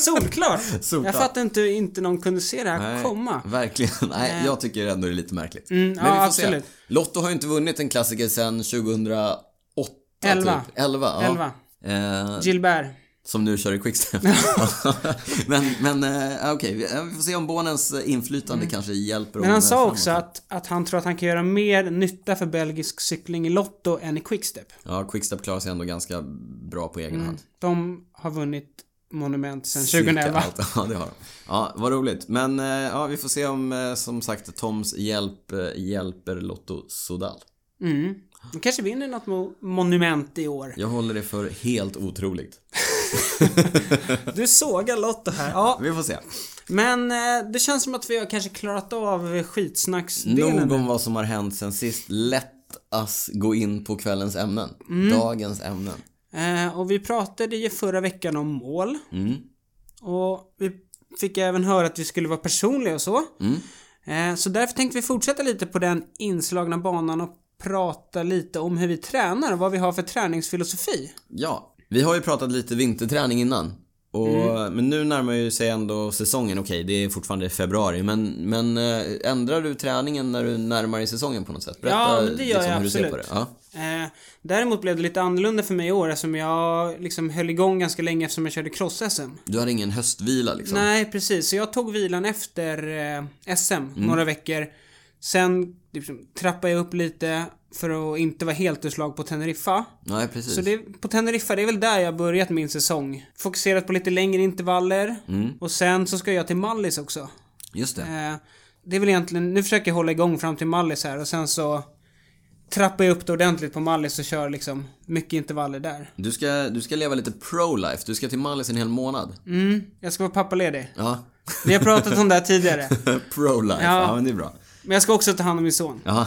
solklart.
Solklart.
Jag fattar inte hur inte någon kunde se det här
Nej,
komma. Eh. Mm,
Verkligen. Nej, jag tycker ändå det är lite märkligt.
ja,
men vi får
absolut.
se. Lotto har ju inte vunnit en klassiker sedan 2008.
Elva.
Typ. 11. Ja.
Elva.
Eh,
Gilbert.
som nu kör i Quickstep. men men eh, okej, vi- eh, vi får se om Bonens inflytande kanske hjälper
Mm. Men han
honom
sa
framåt.
också att, att han tror att han kan göra mer nytta för belgisk cykling i Lotto än i Quickstep.
Ja, Quickstep klarar sig ändå ganska bra på
Mm.
egen hand.
De har vunnit monument sedan
Cirka
2011.
allt. Ja, det har de. Ja, vad roligt. Men eh, ja, vi får se om eh, som sagt Toms hjälp eh, hjälper Lotto Sodal.
Mm. De kanske vinner något mo- monument i år.
Jag håller det för helt otroligt.
Du sågar Lotto här. Ja,
Vi får se.
men eh, det känns som att vi har kanske klarat av skitsnacksdelen.
Nog om vad som har hänt sen sist. Lätt att gå in på kvällens ämnen.
Mm.
Dagens ämnen.
Eh, och vi pratade ju förra veckan om mål.
Mm.
Och vi fick även höra att vi skulle vara personliga och så. Eh, Så därför tänkte vi fortsätta lite på den inslagna banan och prata lite om hur vi tränar och vad vi har för träningsfilosofi.
Ja, vi har ju pratat lite vinterträning innan. Och,
Mm.
eh, Men nu närmar ju sig ändå säsongen. Okej, det är fortfarande februari. Men, men eh, ändrar du träningen när du närmar dig säsongen på något sätt? Berätta
Ja,
liksom
men det gör jag
hur du ser på det.
absolut.
Ja.
Eh, Däremot blev det lite annorlunda för mig i år eftersom jag liksom höll igång ganska länge eftersom jag körde cross-SM.
Du hade ingen höstvila liksom?
Nej, precis. Så jag tog vilan efter eh, SM några veckor. Sen liksom, trappade jag upp lite för att inte vara helt ur slag på Teneriffa.
Nej, precis.
Så det, på Teneriffa, det är väl där jag har börjat min säsong. Fokuserat på lite längre intervaller. Och sen så ska jag till Mallis också.
Just det.
Eh, det är väl egentligen, nu försöker jag hålla igång fram till Mallis här och sen så trappar jag upp det ordentligt på Mallis och kör liksom mycket intervaller där.
Du ska, du ska leva lite pro-life. Du ska till Mallis en hel månad.
Mm, jag ska vara pappaledig.
Ja.
Vi har pratat om det här tidigare.
pro-life. Ja.
Ja.
men det är bra.
Men jag ska också ta hand om min son.
Ja.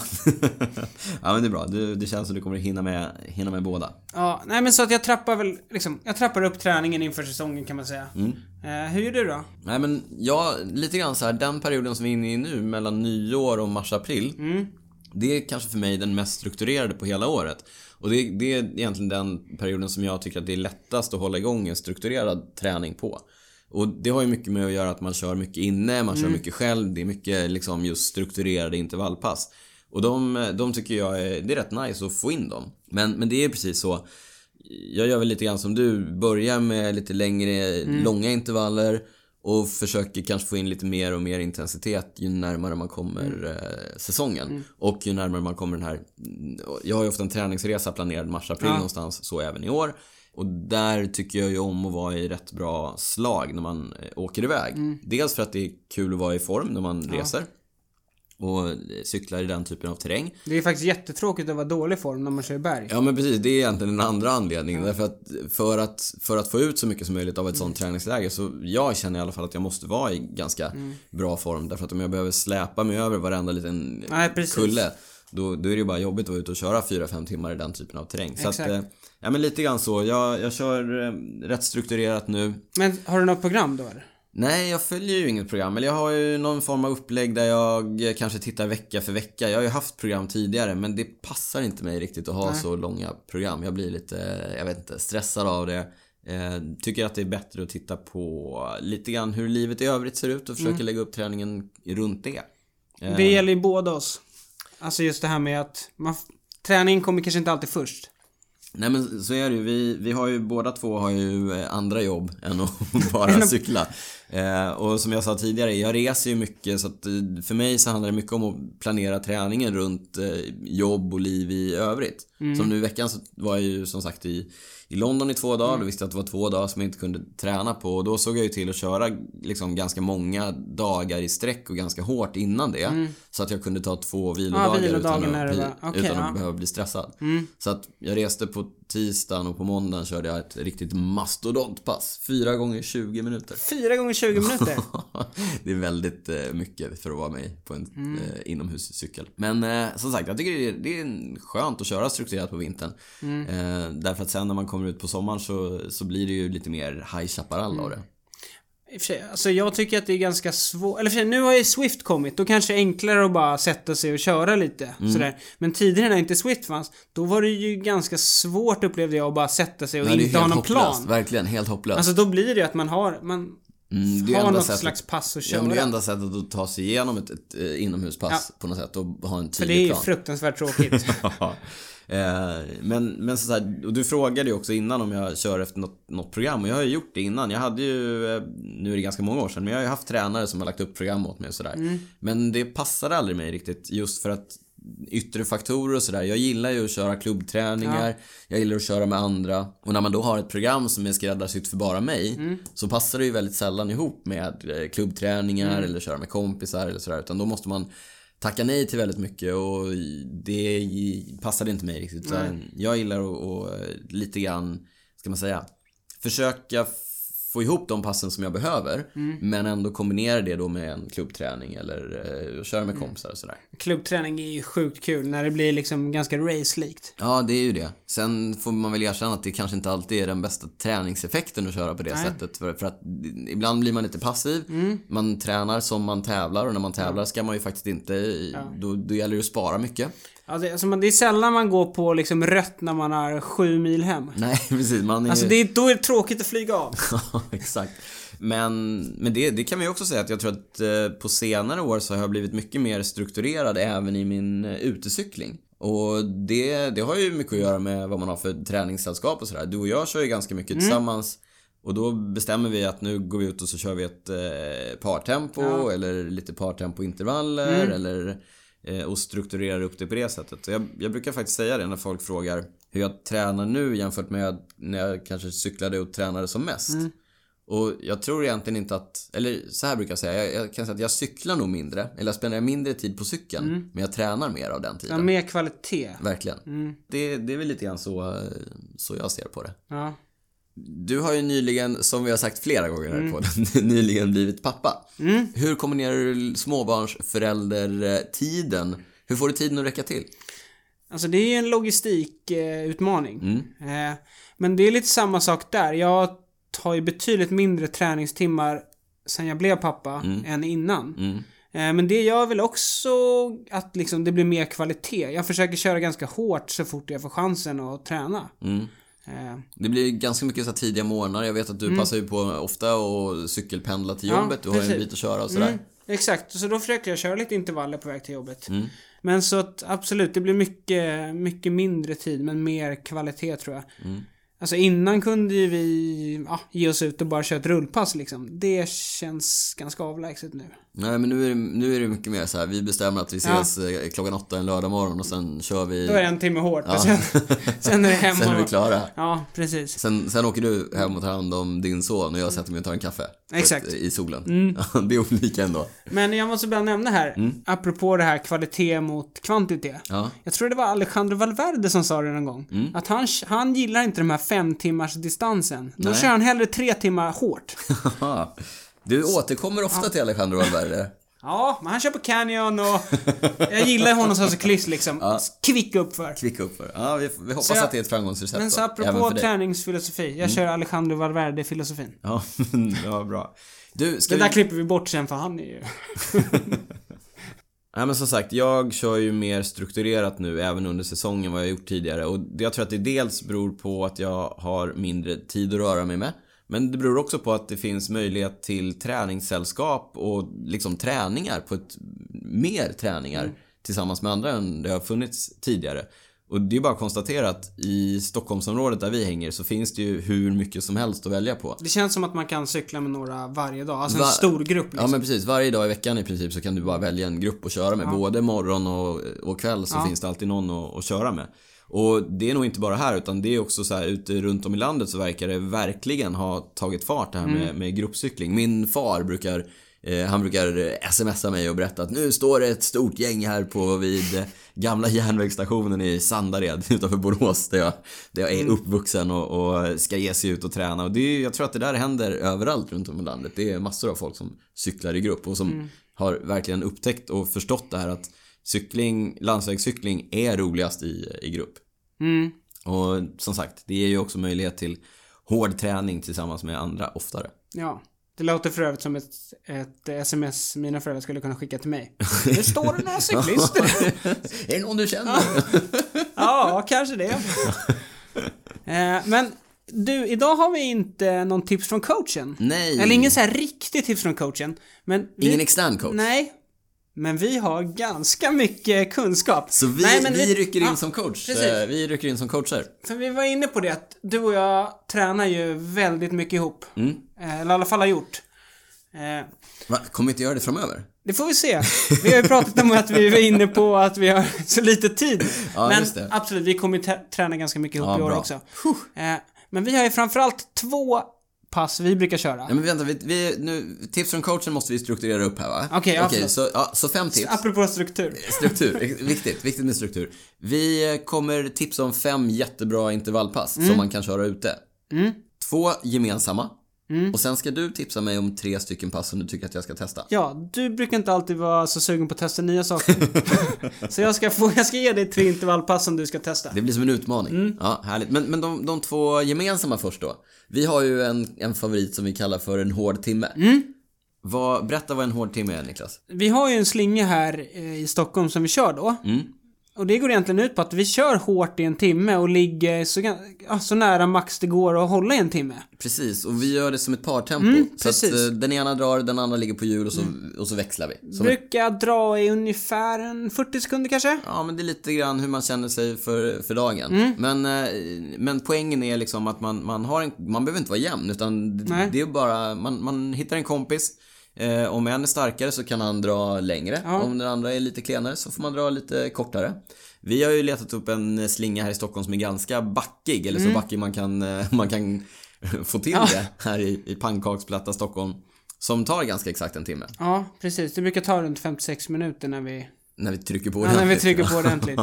ja, men det är bra. Du, det känns som du kommer att hinna med, hinna med båda.
Ja, nej men så att jag trappar väl liksom, jag trappar upp träningen inför säsongen kan man säga.
Mm.
Eh, hur gör du då?
Nej men jag, lite grann så här, den perioden som vi är inne i nu mellan nyår och mars-april. Det är kanske för mig den mest strukturerade på hela året. Och det, det är egentligen den perioden som jag tycker att det är lättast att hålla igång en strukturerad träning på. Och det har ju mycket med att göra att man kör mycket inne, man kör mycket själv, det är mycket liksom just strukturerade intervallpass. Och de, de tycker jag är, det är rätt nice att få in dem. Men, men det är precis så. Jag gör väl lite grann som du, börjar med lite längre, långa intervaller och försöker kanske få in lite mer och mer intensitet ju närmare man kommer eh, säsongen. Och ju närmare man kommer den här... Jag har ju ofta en träningsresa planerad mars-april
Ja.
någonstans, så även i år. Och där tycker jag ju om att vara i rätt bra slag när man eh, åker iväg. Dels för att det är kul att vara i form när man reser och eh, cyklar i den typen av terräng.
Det är faktiskt jättetråkigt att vara i dålig form när man kör i berg.
Ja men precis, det är egentligen den andra anledningen. Därför att för, att för att få ut så mycket som möjligt av ett sånt träningsläger så jag känner i alla fall att jag måste vara i ganska
Mm.
bra form. Därför att om jag behöver släpa mig över varenda liten
Nej, precis.
kulle då, då är det ju bara jobbigt att vara ute och köra 4-5 timmar i den typen av terräng. Så att,
Exakt.
eh, ja men lite grann så. Jag, jag kör eh, rätt strukturerat nu.
Men har du något program då eller?
Nej, jag följer ju inget program. Eller jag har ju någon form av upplägg där jag eh, kanske tittar vecka för vecka. Jag har ju haft program tidigare men det passar inte mig riktigt att ha så långa program. Jag blir lite, jag vet inte, stressad av det. Eh, tycker att det är bättre att titta på lite grann hur livet i övrigt ser ut och försöka lägga upp träningen runt det. Eh,
Det gäller ju båda oss. Alltså just det här med att man, f- träningen kommer kanske inte alltid först.
Nej men så är det ju. Vi, vi har ju båda två har ju eh, andra jobb än att bara cykla. Eh, och som jag sa tidigare, jag reser ju mycket så att eh, för mig så handlar det mycket om att planera träningen runt eh, jobb och liv i övrigt.
Mm.
Som nu i veckan så var jag ju som sagt i, i London i två
Mm.
dagar. Då visste jag att det var två dagar som jag inte kunde träna på. Och då såg jag ju till att köra liksom ganska många dagar i sträck och ganska hårt innan det. Så att jag kunde ta två vilodagar,
Mm. vilodagen
utan
är
att,
det,
bli,
va? Okej,
utan att
ja.
behöva bli stressad.
Mm.
Så att jag reste på tisdagen och på måndagen körde jag ett riktigt mastodontpass. Fyra gånger 20 minuter.
Fyra gånger 20 minuter.
det är väldigt eh, mycket för att vara mig på en
Mm.
eh, inomhuscykel. Men eh, som sagt, jag tycker det är, det är en- skönt att köra strukturerat på vintern.
Mm.
Eh, därför att sen när man kommer ut på sommaren så, så blir det ju lite mer High Chaparral
Mm.
av det.
I och för sig, alltså jag tycker att det är ganska svårt. Eller i och för sig, nu har ju Swift kommit. Då kanske det är enklare att bara sätta sig och köra lite.
Mm.
Sådär. Men tidigare när inte Swift fanns, då var det ju ganska svårt upplevde jag att bara sätta sig och
Nej, det är
inte ha
helt
någon
hopplöst.
plan.
Verkligen, helt hopplöst.
Alltså då blir det ju att man har, man
Mm, det är ju
har
enda
något
sättet-
slags pass att
Ja,
köra.
men det är ju enda sättet att ta sig igenom ett, ett eh, inomhuspass på något sätt och ha en
För
tidig
det är ju
plan.
fruktansvärt tråkigt.
Ja. Eh, men, men så här, och du frågade ju också innan om jag kör efter något, något program och jag har ju gjort det innan. Jag hade ju, eh, nu är det ganska många år sedan, men jag har ju haft tränare som har lagt upp program åt mig och sådär. Men det passade aldrig mig riktigt just för att yttre faktorer och sådär. Jag gillar ju att köra klubbträningar, jag gillar att köra med andra. Och när man då har ett program som är skräddarsytt för bara mig så passar det ju väldigt sällan ihop med eh, klubbträningar eller köra med kompisar eller sådär. Utan då måste man tacka nej till väldigt mycket och det gi- passade inte mig riktigt. Utan jag gillar att och lite grann, ska man säga, försöka f- få ihop de passen som jag behöver men ändå kombinera det då med en klubbträning eller eh, köra med kompisar och sådär.
Klubbträning är ju sjukt kul när det blir liksom ganska race-likt.
Ja, det är ju det. Sen får man väl erkänna att det kanske inte alltid är den bästa träningseffekten att köra på det sättet. För, för att ibland blir man lite passiv. Man tränar som man tävlar och när man tävlar ska man ju faktiskt inte... Då, då gäller det att spara mycket.
Ja, det- Alltså, man- det är sällan man går på liksom rött när man har sju mil hem.
Nej, precis. Man är
Alltså det är, då är det tråkigt att flyga av.
Ja, exakt. Men, men det, det kan man ju också säga att jag tror att eh, på senare år så har jag blivit mycket mer strukturerad även i min eh, utecykling. Och det, det har ju mycket att göra med vad man har för träningssällskap och sådär. Du och jag kör ju ganska mycket tillsammans. Och då bestämmer vi att nu går vi ut och så kör vi ett eh, partempo eller lite partempointervaller eller eh, och strukturerar upp det på det sättet. Så Jag, jag brukar faktiskt säga det när folk frågar hur jag tränar nu jämfört med när jag kanske cyklade och tränade som mest. Och jag tror egentligen inte att, eller så här brukar jag säga, jag, jag kan säga att jag cyklar nog mindre, eller jag spenderar mindre tid på cykeln, men jag tränar mer av den
Ja,
tiden.
mer kvalitet.
Verkligen. Det, det är väl lite grann så, eh, så jag ser på det.
Ja.
Du har ju nyligen, som vi har sagt flera gånger här på den, nyligen blivit pappa. Hur kombinerar du småbarnsförälder-tiden? Hur får du tiden att räcka till?
Alltså det är ju en logistikutmaning. Eh, men det är lite samma sak där. Jag har ju betydligt mindre träningstimmar sen jag blev pappa än innan. Eh, men det gör väl också att liksom det blir mer kvalitet. Jag försöker köra ganska hårt så fort jag får chansen att träna. Eh,
Det blir ganska mycket så här tidiga morgnar. Jag vet att du passar ju på ofta och cykelpendla till
Mm. Ja,
jobbet. Du har ju en
precis. Mm.
bit att köra och sådär.
Exakt, så då försöker jag köra lite intervaller på väg till jobbet.
Mm.
Men så att absolut, det blir mycket, mycket mindre tid men mer kvalitet tror jag.
Mm.
Alltså innan kunde ju vi ja, ge oss ut och bara köra ett rullpass liksom. Det känns ganska avlägset nu.
Nej, men nu är, det, nu är det mycket mer så här. Vi bestämmer att vi
Ja.
ses eh, klockan åtta en lördag morgon och sen kör vi.
Då är det en timme hårt och sen, sen är det hemma.
Sen är vi klara.
Ja, precis.
Sen, sen åker du hem och tar hand om din son och jag sätter mig och tar en kaffe. På
Exakt. Mm.
Ett, I solen. det är olika ändå.
Men jag måste bara nämna här, apropå det här kvalitet mot kvantitet.
Mm. Ja.
Jag tror det var Alejandro Valverde som sa det någon gång.
Mm.
Att han, han gillar inte de här fem timmars distansen. Då
Nej.
kör han hellre tre timmar hårt.
Haha. Du återkommer ofta till Alejandro Valverde.
ja, men han kör på Canyon och... Jag gillar honom som cyklist liksom. Kvick uppför.
Kvick upp för. Ja, vi, vi hoppas
Så jag-
att det är ett framgångsrecept
Men så
då, även
apropå
för dig. Mm.
träningsfilosofi. Jag kör Alejandro Valverde-filosofin.
Ja, ja, bra. Du, ska
Det
vi...
där klipper vi bort sen för han är ju...
Nej men som sagt, jag kör ju mer strukturerat nu även under säsongen vad jag gjort tidigare och jag tror att det dels beror på att jag har mindre tid att röra mig med. Men det beror också på att det finns möjlighet till träningssällskap och liksom träningar på ett, mer träningar tillsammans med andra än det har funnits tidigare. Och det är bara att konstatera att i Stockholmsområdet där vi hänger så finns det ju hur mycket som helst att välja på.
Det känns som att man kan cykla med några varje dag. Alltså en
Va-
stor grupp liksom.
Ja men precis, varje dag i veckan i princip så kan du bara välja en grupp att köra med. Både morgon och, och kväll så finns det alltid någon att, att köra med. Och det är nog inte bara här utan det är också så här ute runt om i landet så verkar det verkligen ha tagit fart det här
Mm.
med, med gruppcykling. Min far brukar eh, han brukar smsa mig och berätta att nu står det ett stort gäng här på vid eh, gamla järnvägsstationen i Sandared utanför Borås där jag, där jag
Mm.
är uppvuxen och, och ska ge sig ut och träna. Och det är, jag tror att det där händer överallt runt om i landet. Det är massor av folk som cyklar i grupp och som
Mm.
har verkligen upptäckt och förstått det här att cykling, landsvägscykling är roligast i, i grupp.
Mm.
Och som sagt, det ger ju också möjlighet till hård träning tillsammans med andra oftare.
Ja. Det låter för övrigt som ett, ett sms mina föräldrar skulle kunna skicka till mig. Nu står det några cyklister.
är det någon du känner?
ja, kanske det. Eh, Men du, idag har vi inte någon tips från coachen.
Nej.
Eller ingen så här riktig tips från coachen. Men vi,
Ingen extern coach.
Nej. Men vi har ganska mycket kunskap.
Så vi,
nej, men
vi rycker in
ja,
som coach.
precis.
Eh, Vi rycker in som coacher.
För vi var inne på det att du och jag tränar ju väldigt mycket ihop.
Mm.
Eh, Eller i alla fall har gjort. Eh,
Va? Kommer vi inte göra det framöver?
Det får vi se. Vi har ju pratat om att vi var inne på att vi har så lite tid.
Ja,
men
just det.
absolut, vi kommer ju tä- träna ganska mycket ihop
Ja,
i år
bra.
också. Eh, Men vi har ju framförallt två pass vi brukar köra.
Nej men vänta, vi, vi, nu, tips från coachen måste vi strukturera upp här va?
Okej, ja, förlåt.
så, ja, så fem tips.
Apropå struktur.
Struktur, ex- viktigt, viktigt med struktur. Vi eh, kommer tipsa om fem jättebra intervallpass
Mm.
som man kan köra ute. Två gemensamma.
Mm.
Och sen ska du tipsa mig om tre stycken pass som du tycker att jag ska testa.
Ja, du brukar inte alltid vara så sugen på att testa nya saker. så jag ska, få, jag ska ge dig tre intervallpass som du ska testa.
Det blir som en utmaning. Ja, härligt. Men, men de, de två gemensamma först då. Vi har ju en, en favorit som vi kallar för en hård timme. Vad, berätta vad en hård timme är Niklas.
Vi har ju en slinga här eh, i Stockholm som vi kör då.
Mm.
Och det går egentligen ut på att vi kör hårt i en timme och ligger så, gan- ja, så nära max det går att hålla i en timme.
Precis, och vi gör det som ett partempo. så att,
precis.
eh, den ena drar, den andra ligger på hjul och så, och så växlar vi. Som ett,
Brukar jag dra i ungefär en 40 sekunder kanske?
ja, men det är lite grann hur man känner sig för, för dagen.
Mm.
Men, eh, men poängen är liksom att man, man, har en, man behöver inte vara jämn, utan d-
Nej.
det är bara, man, man hittar en kompis. Eh, om en är starkare så kan han dra längre. Om den andra är lite klenare så får man dra lite kortare. Vi
Mm.
har ju letat upp en slinga här i Stockholm som är ganska backig, eller så backig man kan, eh, man kan få till det här i, i pannkaksplatta Stockholm. Som tar ganska exakt en timme.
Ja, precis. Det brukar ta runt 56 minuter när vi...
När vi trycker på
Ja, när vi
ordentligt.
trycker på ordentligt.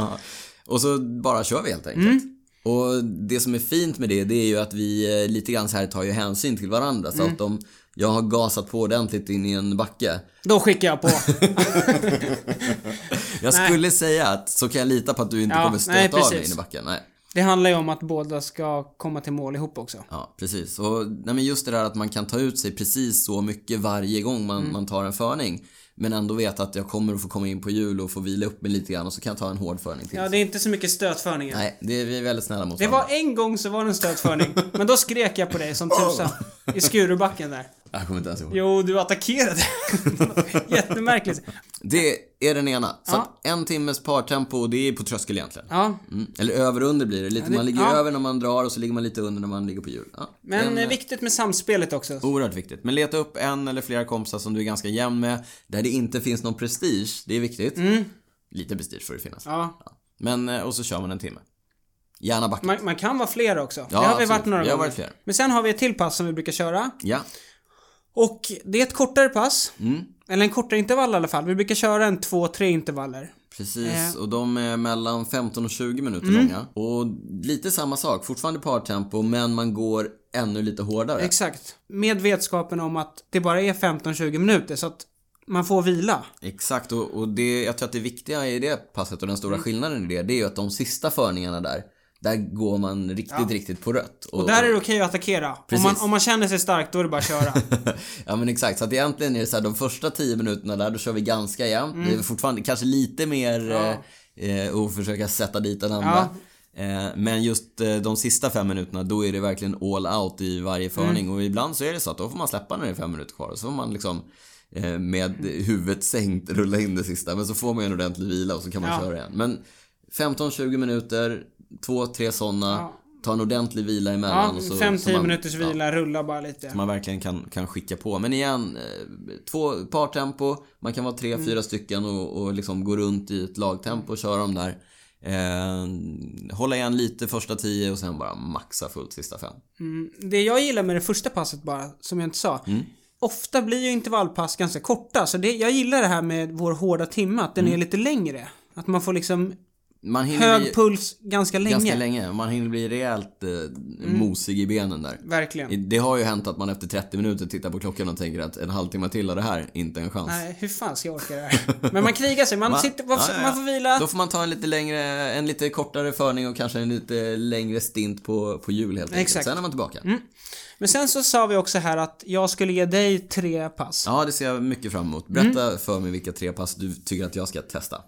Och så bara kör vi helt enkelt.
Mm.
Och det som är fint med det, det är ju att vi eh, lite grann så här tar ju hänsyn till varandra. Så att
Mm.
om jag har gasat på ordentligt in i en backe.
Då skickar jag på.
Jag skulle säga att så kan jag lita på att du inte
Ja,
kommer
nej,
stöta av dig
precis.
in i backen. Nej.
Det handlar ju om att båda ska komma till mål ihop också.
Ja, precis. Och nej, men just det där att man kan ta ut sig precis så mycket varje gång man,
Mm.
man tar en förning. Men ändå veta att jag kommer att få komma in på jul och få vila upp mig lite grann och så kan jag ta en hård förning till.
Ja, det är inte så mycket stötförningar.
Nej, det är vi är väldigt snälla mot
Det
varandra.
var en gång så var det en stötförning, men då skrek jag på dig som tusan. I Skurubacken där.
Jag kommer inte ens ihåg.
Jo, du attackerade. Jättemärkligt.
Det är den ena. Så att en timmes partempo, det är på tröskel egentligen.
Ja,
Mm. Eller över och under blir det. Lite,
det-
man ligger
ja.
över när man drar och så ligger man lite under när man ligger på hjul. Ja.
men
En-
eh, Oh. viktigt med samspelet också.
Oerhört viktigt. Men leta upp en eller flera kompisar som du är ganska jämn med. Där det inte finns någon prestige. Det är viktigt. Lite prestige får det finnas.
Mm. Ja,
Men, eh, och så kör man en timme. Gärna backa.
man, man kan vara fler också. det
Ja,
har vi
absolut.
varit några
Vi har
gånger.
varit fler.
Men sen har vi ett till pass som vi brukar köra.
Ja.
Och det är ett kortare pass.
Mm.
Eller en kortare intervall i alla fall. Vi brukar köra en två, tre intervaller. Eh.
Precis, och de är mellan 15 och 20 minuter
Mm.
långa. Och lite samma sak, fortfarande partempo men man går ännu lite hårdare.
Exakt. Med vetskapen om att det bara är 15-20 minuter så att man får vila.
Exakt, och, och det, jag tror att det viktiga i det passet och den
Mm.
stora skillnaden i det, det är ju att de sista förningarna där, där går man riktigt, riktigt på rött.
Och där är det okej att attackera. Om
Precis.
man, om man känner sig stark då är det bara att köra.
ja men exakt, så att egentligen är det så här, de första 10 minuterna där, då kör vi ganska jämnt. Det
Mm.
är fortfarande kanske lite mer eh, eh, att försöka sätta dit den andra. Eh, men just eh, de sista fem minuterna, då är det verkligen all out i varje
Mm.
förning. Och ibland så är det så att då får man släppa när det är fem minuter kvar. Och så får man liksom eh, med huvudet sänkt rulla in det sista. Men så får man ju en ordentlig vila och så kan man
Ja.
köra igen. Men 15-20 minuter, två, tre sådana. Ta en ordentlig vila emellan.
Ja,
och så- så
5-10
man-
minuters
ja
vila, rulla bara lite.
som man verkligen kan, kan skicka på. Men igen, eh, två partempo, man kan vara tre,
Mm.
fyra stycken och, och liksom gå runt i ett lagtempo och köra dem där. Eh, hålla igen lite första tio och sen bara maxa fullt sista fem.
Mm. Det jag gillar med det första passet bara, som jag inte sa.
Mm.
Ofta blir ju intervallpass ganska korta, så det, jag gillar det här med vår hårda timme, att den
Mm.
är lite längre. Att man får liksom
Man hinner
hög
bli,
puls ganska länge. Mm.
ganska länge, man hinner bli rejält eh, mosig i benen där.
Verkligen.
Det har ju hänt att man efter 30 minuter tittar på klockan och tänker att en halvtimme till av det här, inte en chans.
Nej, hur fan ska jag orka det här? Men man krigar sig, man, sitter, man,
Ja, ja, ja.
man får vila.
Då får man ta en lite längre, en lite kortare förning och kanske en lite längre stint på, på jul helt enkelt.
Exakt. Mm.
Sen är man tillbaka.
Men sen så sa vi också här att jag skulle ge dig tre pass.
Ja, det ser jag mycket fram emot. Berätta
Mm.
för mig vilka tre pass du tycker att jag ska testa.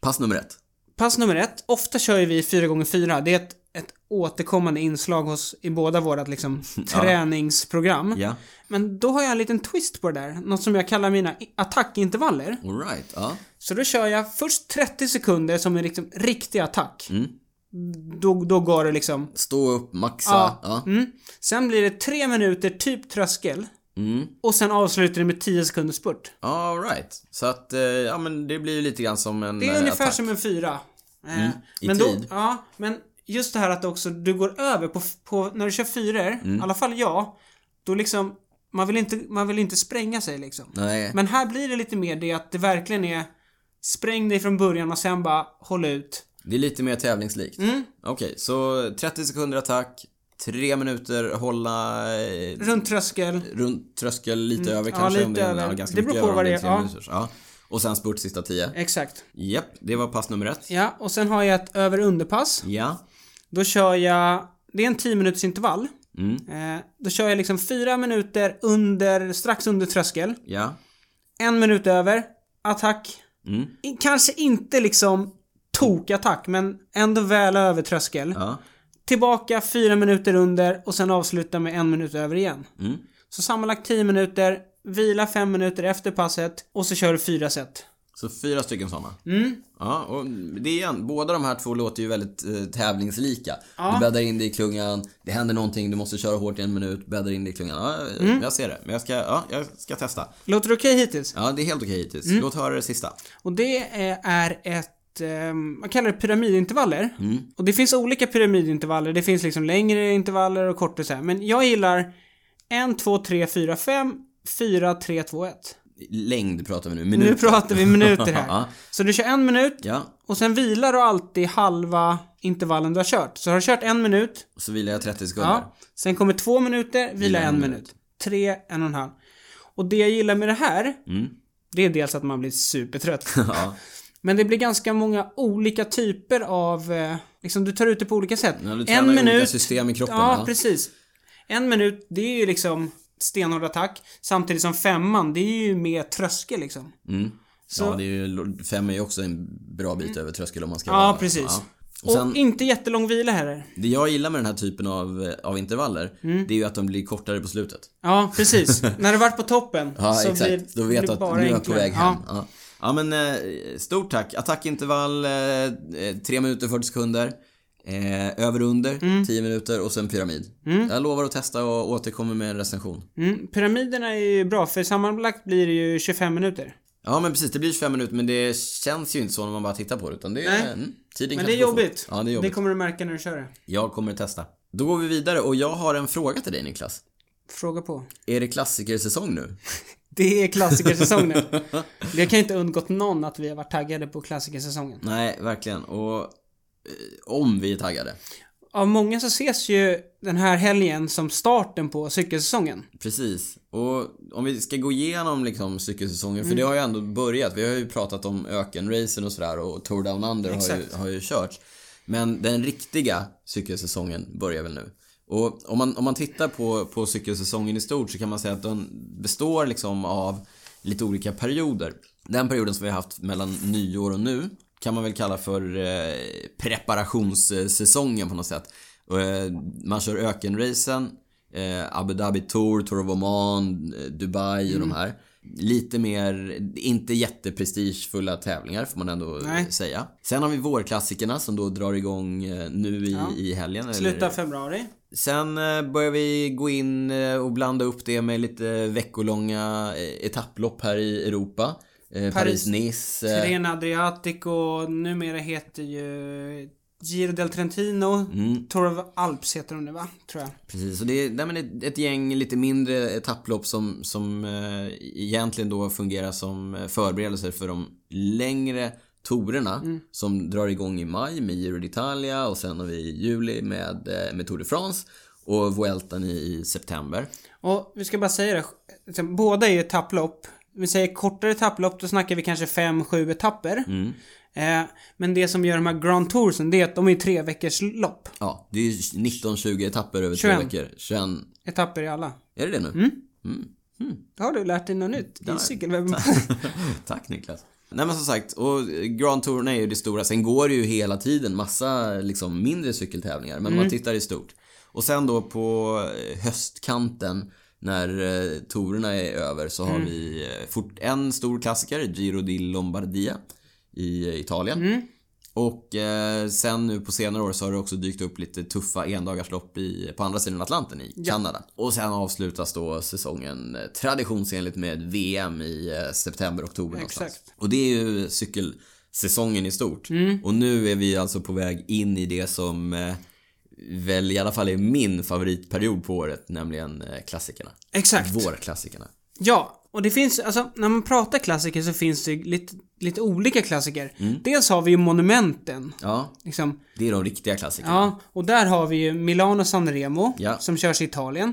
Pass nummer ett.
Pass nummer ett, ofta kör ju vi 4x4. Det är ett, ett återkommande inslag hos, i båda våra liksom, träningsprogram.
Ja.
Men då har jag en liten twist på det där. Något som jag kallar mina i- attackintervaller.
Alright, ja.
Så då kör jag först 30 sekunder som en liksom, riktig attack.
Mm.
Då, då går det liksom...
Stå upp, maxa.
Ja.
Ja.
Mm. Sen blir det tre minuter typ tröskel.
Mm.
Och sen avslutar det med 10 sekunders spurt.
Alright. Så att, eh, ja men det blir ju lite grann som en
Det är
eh,
ungefär
attack.
som en fyra. Eh,
Mm, i
men då,
tid.
Ja, men just det här att också du går över på, på när du kör fyror,
Mm.
i alla fall jag, då liksom, man vill inte, man vill inte spränga sig liksom.
Nej.
Men här blir det lite mer det att det verkligen är spräng dig från början och sen bara håll ut.
Det är lite mer tävlingslikt.
Mm.
Okej, så 30 sekunder attack, tre minuter hålla eh,
Runt tröskel.
runt tröskel, lite över
Mm. ja,
kanske. om
lite
det, är-
över.
Ja, ganska
Det
mycket
beror på
över om
vad
det
det
är.
är,
tre
ja.
minuters. Ja. Och sen spurt sista tio.
Exakt.
Japp, det var pass nummer ett.
Ja, och sen har jag ett över och underpass.
Ja.
Då kör jag, det är en 10 minuters intervall.
Mm.
Eh, då kör jag liksom fyra minuter under, strax under tröskel.
Ja.
En minut över. Attack.
Mm.
I- Kanske inte liksom tokattack, men ändå väl över tröskel.
Ja.
Tillbaka fyra minuter under och sen avsluta med en minut över igen.
Mm.
Så sammanlagt 10 minuter, vila fem minuter efter passet och så kör du fyra set.
Så fyra stycken sådana.
Mm.
Ja, och det är igen, båda de här två låter ju väldigt eh, tävlingslika. Du bäddar in dig i klungan, det händer någonting, du måste köra hårt i en minut, bäddar in dig i klungan. Ja, jag-
Mm.
Jag ser det, men jag ska, ja, jag ska testa.
Låter det okej hittills? Mm.
Ja, det är helt okej hittills. Låt höra det sista.
Och det eh, är ett eh, man kallar det pyramidintervaller.
Mm.
Och det finns olika pyramidintervaller. Det finns liksom längre intervaller och kortare så här. Men jag gillar 1, 2, 3, 4, 5, 4, 3, 2, 1.
Längd pratar vi nu,
Nu
minuter.
pratar vi minuter här.
Ja.
Så du kör en minut
Ja,
och sen vilar du alltid halva intervallen du har kört. Så har du kört en minut,
och så vilar jag 30 sekunder.
ja. sen kommer två minuter, vila en minut. Tre, en och en halv. Och det jag gillar med det här, det är dels att man blir supertrött.
Mm. Ja.
Men det blir ganska många olika typer av, eh, liksom du tar ut det på olika sätt.
När du tränar
en
olika
minut,
system i kroppen.
ja precis. En minut, det är ju liksom stenhård attack. Samtidigt som femman, det är ju mer tröskel liksom.
Mm.
Så-
ja, det är ju, fem är ju också en bra bit över tröskel om man ska
Ja,
vara...
precis.
Och
Och,
sen,
inte jättelång vila heller.
det jag gillar med den här typen av, eh, av intervaller,
Mm.
det är ju att de blir kortare på slutet.
Ja, precis. När du varit på toppen
Ja,
så
exakt.
blir
Då vet
blir
du att
bara
nu är jag på
enklare.
väg hem.
Ja,
Ja. Ja. men eh, stort tack. Attackintervall, eh, eh, 3 minuter 40 sekunder. Eh, över och under,
Mm.
10 minuter och sen pyramid. Jag lovar att testa och återkommer med en recension.
mm. Pyramiderna är ju bra för sammanlagt blir det ju 25 minuter.
Ja men precis, det blir 25 minuter men det känns ju inte så när man bara tittar på det utan det
Nej.
är... Mm, tiden
Men
kan
det är
gå fort.
jobbigt.
Ja, det är jobbigt.
kommer du märka när du kör det.
Jag kommer att testa. Då går vi vidare och jag har en fråga till dig Niklas.
Fråga på.
Är det klassikersäsong nu?
Det är klassikersäsongen. det kan ju inte undgått någon att vi har varit taggade på klassikersäsongen.
Nej, verkligen. Och eh, om vi är taggade.
Av många så ses ju den här helgen som starten på cykelsäsongen.
Precis. Och om vi ska gå igenom liksom cykelsäsongen, för det har ju ändå börjat. Vi har ju pratat om ökenracen och sådär och Tour Down Under har ju,
Exakt.
har ju körts. Men den riktiga cykelsäsongen börjar väl nu. Och om man, om man tittar på, på cykelsäsongen i stort så kan man säga att den består liksom av lite olika perioder. Den perioden som vi har haft mellan nyår och nu kan man väl kalla för eh, preparationssäsongen på något sätt. Och, eh, man kör ökenracen, eh, Abu Dhabi Tour, Tour of Oman, eh, Dubai och de här. Lite mer, inte jätteprestigefulla tävlingar får man ändå
Nej.
säga. Sen har vi vårklassikerna som då drar igång eh, nu i, i helgen.
Slutar februari.
Sen eh, börjar vi gå in eh, och blanda upp det med lite veckolånga eh, etapplopp här i Europa. Eh, Paris-Nice. eh,
Ren Adriatico, numera heter ju Giro del Trentino.
Mm.
Tour of Alps heter de nu va? Tror jag.
Precis, och det är, nej, men ett, ett gäng lite mindre etapplopp som, som eh, egentligen då fungerar som eh, förberedelser för de längre torerna som drar igång i maj med Giro d'Italia och sen har vi i juli med, eh, med Tour de France och Vueltan i, i september.
Och vi ska bara säga det. liksom, Båda är ju etapplopp. Vi säger kortare etapplopp, då snackar vi kanske 5-7 etapper. Eh, men det som gör de här Grand Toursen, det är att de är tre veckors lopp.
Ja, det är ju 19-20 etapper över
21.
tre veckor. 21.
Etapper i alla.
Är det det nu?
Då har du lärt dig något nytt i cykelwebben.
Tack Niklas. Nej men som sagt, och Grand Touren är ju det stora. Sen går det ju hela tiden massa liksom mindre cykeltävlingar. Men man tittar i stort. Och sen då på eh, höstkanten när eh, tourerna är över så har vi eh, fort, en stor klassiker, Giro di Lombardia i eh, Italien. Och eh, sen nu på senare år så har det också dykt upp lite tuffa endagarslopp i, på andra sidan Atlanten i Kanada. Och sen avslutas då säsongen eh, traditionsenligt med VM i eh, september, oktober någonstans.
Exakt.
Och det är ju cykelsäsongen i stort. Och nu är vi alltså på väg in i det som eh, väl i alla fall är min favoritperiod på året, nämligen eh, klassikerna.
Exakt.
Vårklassikerna.
Ja, och det finns, alltså när man pratar klassiker så finns det lite, lite olika klassiker. Dels har vi ju monumenten.
Ja,
Liksom,
det är de riktiga klassikerna.
ja, och där har vi ju Milano Sanremo
Ja.
som körs i Italien.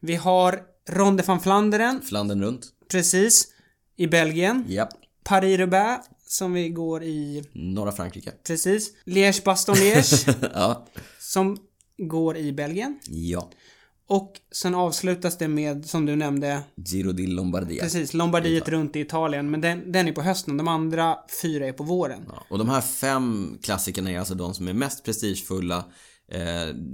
Vi har Ronde van Flandern,
Flandern runt.
precis, i Belgien.
Japp.
Paris-Roubaix som vi går i
Norra Frankrike.
precis. Liège-Bastogne-Liège
ja.
som går i Belgien.
Ja.
Och sen avslutas det med, som du nämnde,
Giro di Lombardia.
precis Lombardiet runt i Italien. Men den, den är på hösten. De andra fyra är på våren.
Ja, och de här fem klassikerna är alltså de som är mest prestigefulla. Eh,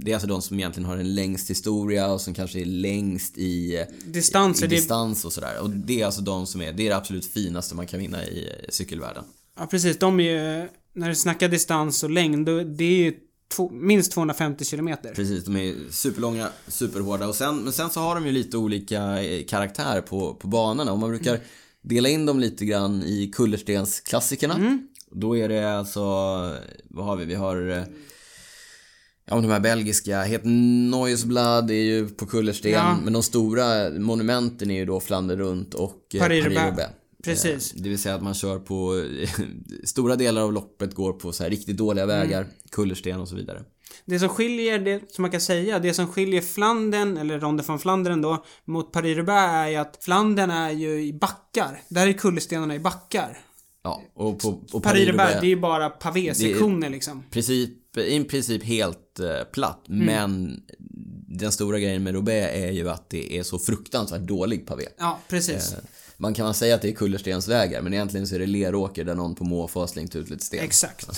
det är alltså de som egentligen har en längst historia och som kanske är längst i,
Distanser,
i
det-
distans och sådär. Och det är alltså de som är, det är det absolut finaste man kan vinna i eh, cykelvärlden.
Ja, precis. De är ju, när du snackar distans och längd, då- det är ju två, minst 250 kilometer.
Precis, de är superlånga, superhårda. Och sen, men sen så har de ju lite olika eh, karaktär
Mm.
på, på banorna. Och man brukar dela in dem lite grann i kullerstensklassikerna. Då är det alltså, vad har vi? Vi har eh, Ja, men de här belgiska, Het Neusblad är ju på kullersten,
Ja.
men de stora monumenten är ju då Flandern runt och eh,
Paris-Roubaix.
Paris-Roubaix.
Precis.
Eh, Det vill säga att man kör på, stora delar av loppet går på så här riktigt dåliga vägar,
Mm.
kullersten och så vidare.
Det som skiljer, det som man kan säga, det som skiljer Flandern, eller Ronde van Flandern då, mot Paris-Roubaix är ju att Flandern är ju i backar. Där är kullerstenarna i backar.
Ja, och, på, och
Paris-Roubaix, det är
Paris-Roubaix,
ju bara pavésektioner liksom.
princip, i princip helt eh, platt,
Mm.
men den stora grejen med Roubaix är ju att det är så fruktansvärt dålig pavé.
Ja, precis.
Man kan väl säga att det är kullerstensvägar, men egentligen så är det leråker där någon på måfå har slängt ut lite sten.
Exakt.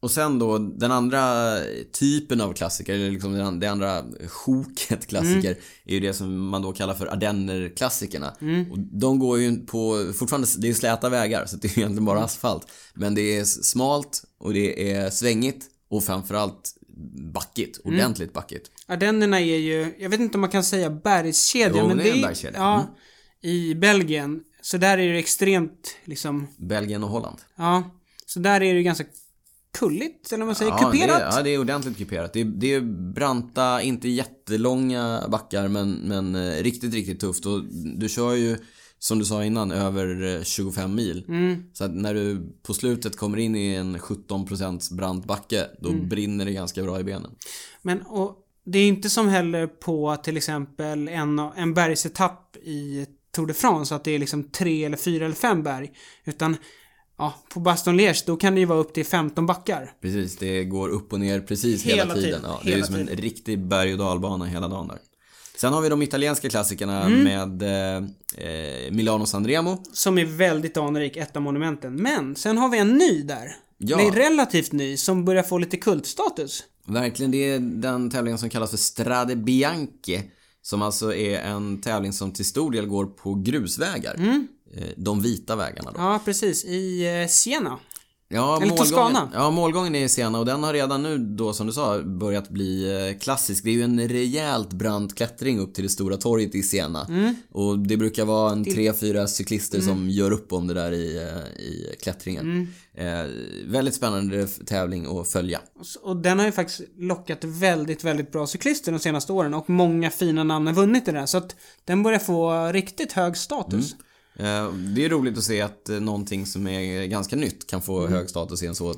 Och sen då den andra typen av klassiker, eller liksom den- det andra sjoket klassiker, är ju det som man då kallar för ardennerklassikerna. Och de går ju på, fortfarande, det är släta vägar så det är egentligen bara asfalt. Men det är smalt och det är svängigt och framförallt backigt, ordentligt backigt.
Ardennerna är ju, jag vet inte om man kan säga bergskedja,
Jo,
men
det
det
är
är,
en bergskedja. Mm.
Ja, i Belgien. Så där är det extremt liksom,
Belgien och Holland.
ja. Så där är det ganska kulligt, eller vad man säger, kuperat.
Det är, ja, det är ordentligt kuperat. Det är, det är branta, inte jättelånga backar men, men eh, riktigt, riktigt tufft. Och du kör ju, som du sa innan, över eh, 25 mil.
Mm.
Så att när du på slutet kommer in i en 17% brant backe, då
Mm.
brinner det ganska bra i benen.
Men och, det är inte som heller på till exempel en, en bergsetapp i Tour de France, att det är liksom tre eller fyra eller fem berg. Utan ja, på Baston Liège, då kan det ju vara upp till 15 backar.
Precis, det går upp och ner precis hela,
Hela
tiden.
tiden,
Ja, det är
hela
som en
tiden.
riktig berg och dalbana hela dagen där. Sen har vi de italienska klassikerna
Mm.
med eh, eh, Milano Sanremo.
Som är väldigt anrik, ett av monumenten. Men sen har vi en ny där.
Ja.
Den är relativt ny, som börjar få lite kultstatus.
Verkligen, det är den tävlingen som kallas för Strade Bianche. Som alltså är en tävling som till stor del går på grusvägar. Eh, De vita vägarna då.
Mm. Ja, precis. I eh, Siena.
Ja,
Eller
målgången,
Toscana.
ja, målgången är sena och den har redan nu då som du sa börjat bli eh, klassisk. Det är ju en rejält brant klättring upp till det stora torget i Siena.
Mm.
Och det brukar vara en tre, fyra cyklister som gör upp om det där i, eh, i
Mm.
klättringen. Eh, väldigt spännande tävling att följa.
Och s- Och den har ju faktiskt lockat väldigt, väldigt bra cyklister de senaste åren och många fina namn har vunnit i den. här, Så att den börjar få riktigt hög status.
Eh, Det är roligt att se att eh, någonting som är ganska nytt kan få hög status i en så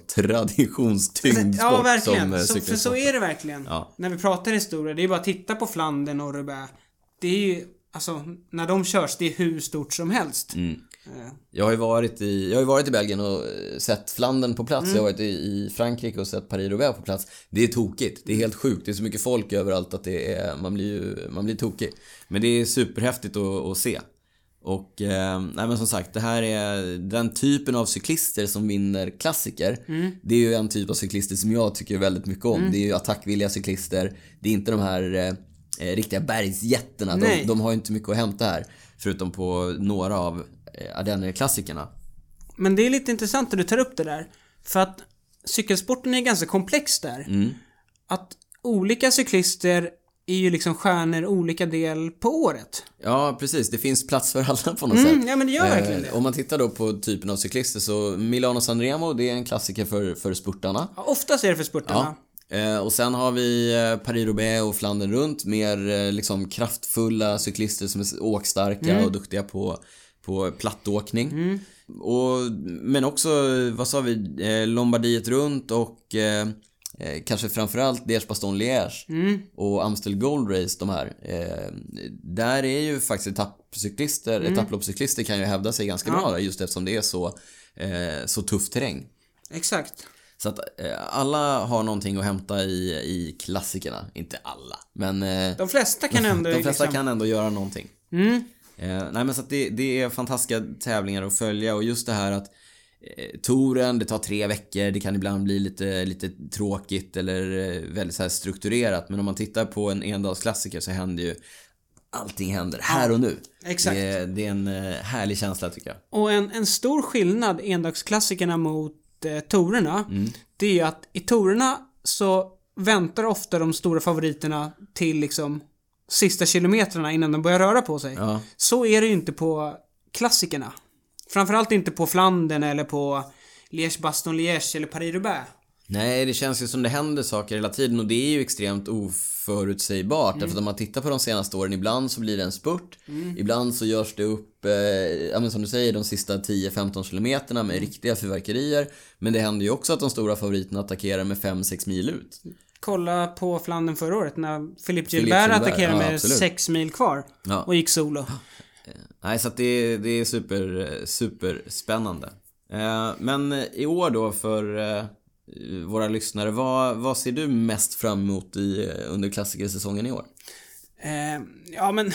traditionstyngd sport
Alltså, Ja,
som eh,
verkligen. Så, för
cykelsport.
så är det verkligen.
Ja.
När vi pratar historia, det är bara att titta på Flandern och Roubaix. Det är ju, alltså, när de körs, det är hur stort som helst.
Mm.
Eh,
Jag har ju varit i, jag har ju varit i Belgien och eh, sett Flandern på plats. Jag har varit i, i Frankrike och sett Paris-Roubaix på plats. Det är tokigt. Det är helt sjukt. Det är så mycket folk överallt att det är, man blir ju, man blir tokig. Men det är superhäftigt att, att se. Och, eh, nej men som sagt, det här är den typen av cyklister som vinner klassiker. Det är ju en typ av cyklister som jag tycker väldigt mycket om. Det är ju attackvilliga cyklister. Det är inte de här eh, eh, riktiga bergsjättarna. De,
Nej.
de har ju inte mycket att hämta här. Förutom på några av eh, Ardenner-klassikerna.
Men det är lite intressant att du tar upp det där. För att cykelsporten är ganska komplex där.
Mm.
Att olika cyklister är ju liksom stjärnor olika del på året.
Ja, precis. Det finns plats för alla på något
Mm,
sätt.
ja men det gör verkligen
Eh,
det.
Om man tittar då på typen av cyklister så Milano Sanremo, det är en klassiker för, för spurtarna.
Ja, Oftast är det för spurtarna.
Eh, och sen har vi eh, Paris-Roubaix och Flandern runt. Mer eh, liksom kraftfulla cyklister som är s- åkstarka och duktiga på, på plattåkning. Och, men också, vad sa vi, eh, Lombardiet runt och eh, eh, kanske framförallt Liège Baston Liège och Amstel Gold Race, de här. Eh, där är ju faktiskt etappcyklister, etapploppscyklister kan ju hävda sig ganska bra där, just eftersom det är så, eh, så tuff terräng.
Exakt.
Så att eh, alla har någonting att hämta i, i klassikerna. Inte alla, men eh,
De flesta kan ändå
de flesta
liksom... Mm.
kan ändå göra någonting. Eh, nej men så att det, det är fantastiska tävlingar att följa och just det här att eh, Touren, det tar tre veckor, det kan ibland bli lite, lite tråkigt eller eh, väldigt så här strukturerat. Men om man tittar på en endagsklassiker så händer ju Allting händer här och nu.
exakt.
Det, är- det är en eh, härlig känsla tycker jag.
Och en, en stor skillnad endagsklassikerna mot eh, torerna,
Mm.
det är ju att i torerna så väntar ofta de stora favoriterna till liksom sista kilometrarna innan de börjar röra på sig.
Ja.
Så är det ju inte på klassikerna. Framförallt inte på Flandern eller på Liège-Baston-Liège eller Paris-Roubaix.
Nej, det känns ju som det händer saker hela tiden och det är ju extremt oförutsägbart. Därför att om man tittar på de senaste åren, ibland så blir det en spurt.
Mm.
Ibland så görs det upp, eh, ja, men som du säger, de sista 10-15 kilometerna med
Mm.
riktiga fyrverkerier. Men det händer ju också att de stora favoriterna attackerar med 5-6 mil ut.
Kolla på Flandern förra året när Philippe Gilbert,
Gilbert,
attackerade
ja,
med
absolut.
sex mil kvar
Ja.
och gick solo.
Nej, så att det, det är super, superspännande. Eh, Men i år då för eh, våra lyssnare, vad, vad ser du mest fram emot i, eh, under klassikersäsongen i år?
Eh, ja, men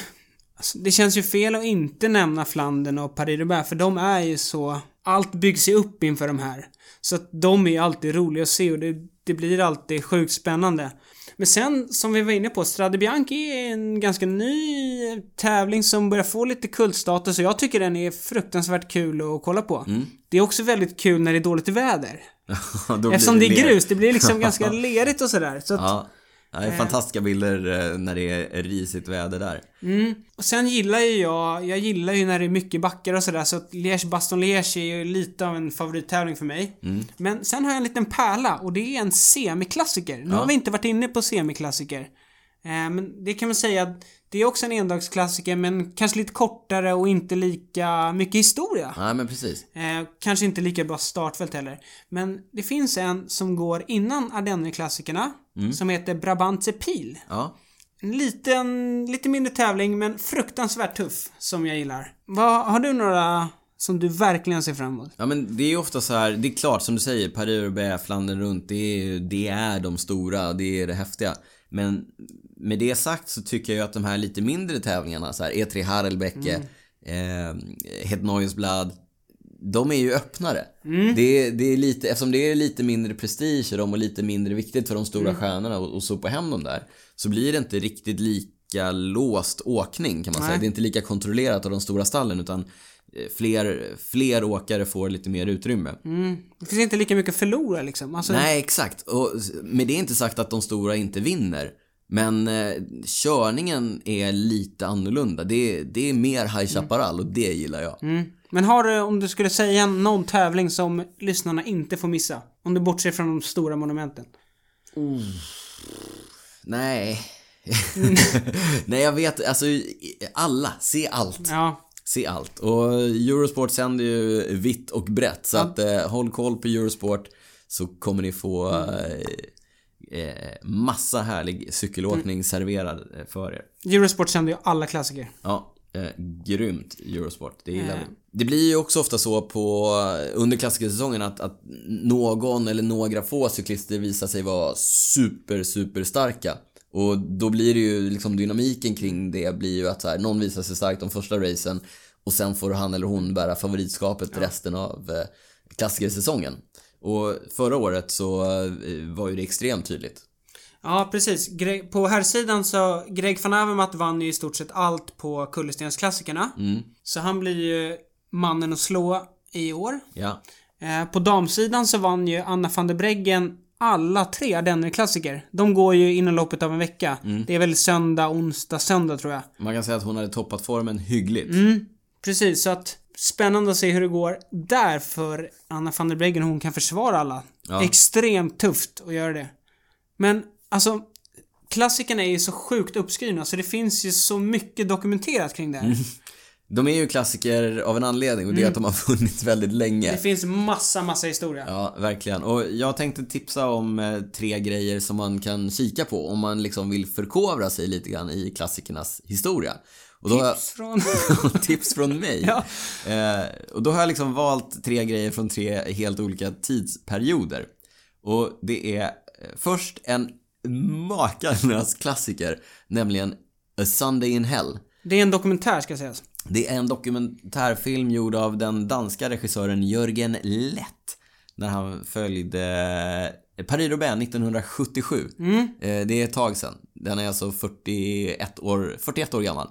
alltså, det känns ju fel att inte nämna Flandern och Paris-Roubaix för de är ju så... Allt byggs ju upp inför de här. Så att de är ju alltid roliga att se och det, det blir alltid sjukt spännande. Men sen, som vi var inne på, Strade Bianchi är en ganska ny tävling som börjar få lite kultstatus och jag tycker den är fruktansvärt kul att kolla på.
Mm.
Det är också väldigt kul när det är dåligt väder.
Då blir
Eftersom det är
ler.
grus, det blir liksom ganska lerigt och sådär. Så att,
Ja, det är fantastiska bilder eh, när det är risigt väder där.
Och sen gillar ju jag, jag gillar ju när det är mycket backar och sådär så att Liège Baston Liège är ju lite av en favorittävling för mig. Men sen har jag en liten pärla och det är en semiklassiker. Nu har vi inte varit inne på semiklassiker. Eh, men det kan man säga att det är också en endagsklassiker men kanske lite kortare och inte lika mycket historia.
Nej, men precis.
Eh, kanske inte lika bra startfält heller. Men det finns en som går innan Ardennerklassikerna som heter Brabantse Pil.
Ja.
En liten, lite mindre tävling men fruktansvärt tuff som jag gillar. Vad, har du några som du verkligen ser fram emot?
Ja men det är ju ofta så här, det är klart som du säger, Paris roubaix Flandern runt, det är, ju- det är de stora, det är det häftiga. Men med det sagt så tycker jag ju att de här lite mindre tävlingarna, så här E3 Harelbäcke, eh, Het Neuesblad, de är ju öppnare. Det, är- det är lite, eftersom det är lite mindre prestige i dem och lite mindre viktigt för de stora stjärnorna och, och sopa hem dem där. Så blir det inte riktigt lika låst åkning kan man säga. Det är inte lika kontrollerat av de stora stallen utan eh, fler, fler åkare får lite mer utrymme.
Mm. Det finns inte lika mycket att förlora liksom. Alltså,
Nej, exakt. Och s- med det är inte sagt att de stora inte vinner. Men eh, körningen är lite annorlunda. Det, det är mer High Chaparral och det gillar jag.
Mm. Men har du, om du skulle säga någon tävling som lyssnarna inte får missa? Om du bortser från de stora monumenten.
Nej. Nej, jag vet. Alltså, i- alla. Se allt.
Ja,
Se allt. Och Eurosport sänder ju vitt och brett. Så att eh, håll koll på Eurosport så kommer ni få eh, eh, massa härlig cykelåkning serverad eh, för er.
Eurosport sänder ju alla klassiker.
Ja, eh, grymt Eurosport. Det gillar vi. Det blir ju också ofta så på, under klassikersäsongen att, att någon eller några få cyklister visar sig vara super, super starka. Och då blir det ju liksom dynamiken kring det blir ju att så här, någon visar sig stark de första racen och sen får han eller hon bära favoritskapet resten av eh, klassikersäsongen. Och förra året så eh, var ju det extremt tydligt.
Ja, precis. Gre- på här sidan så, Greg van Avermaet vann ju i stort sett allt på kullerstensklassikerna. Så han blir ju mannen att slå i år.
Ja.
Eh, På damsidan så vann ju Anna van der Breggen alla tre Ardenner-klassiker. De går ju inom loppet av en vecka.
Mm.
Det är väl söndag, onsdag, söndag tror jag.
Man kan säga att hon hade toppat formen hyggligt.
Precis, så att spännande att se hur det går där för Anna van der Breggen. Hon kan försvara alla.
Ja.
Extremt tufft att göra det. Men alltså, klassikerna är ju så sjukt uppskrivna så det finns ju så mycket dokumenterat kring det här.
Mm. De är ju klassiker av en anledning och det är att de har funnits väldigt
Det
länge.
finns massa, massa historia.
Ja, verkligen. Och jag tänkte tipsa om eh, tre grejer som man kan kika på om man liksom vill förkovra sig lite grann i klassikernas historia. Och då har jag-
Tips från...
tips från mig.
Ja.
Eh, och då har jag liksom valt tre grejer från tre helt olika tidsperioder. Och det är eh, först en makalös klassiker, nämligen A Sunday in Hell.
Det är en dokumentär ska sägas.
Det är en dokumentärfilm gjord av den danska regissören Jörgen Lett när han följde eh, Paris Roubaix 1977. Eh, Det är ett tag sedan. Den är alltså 41 år, 41 år gammal.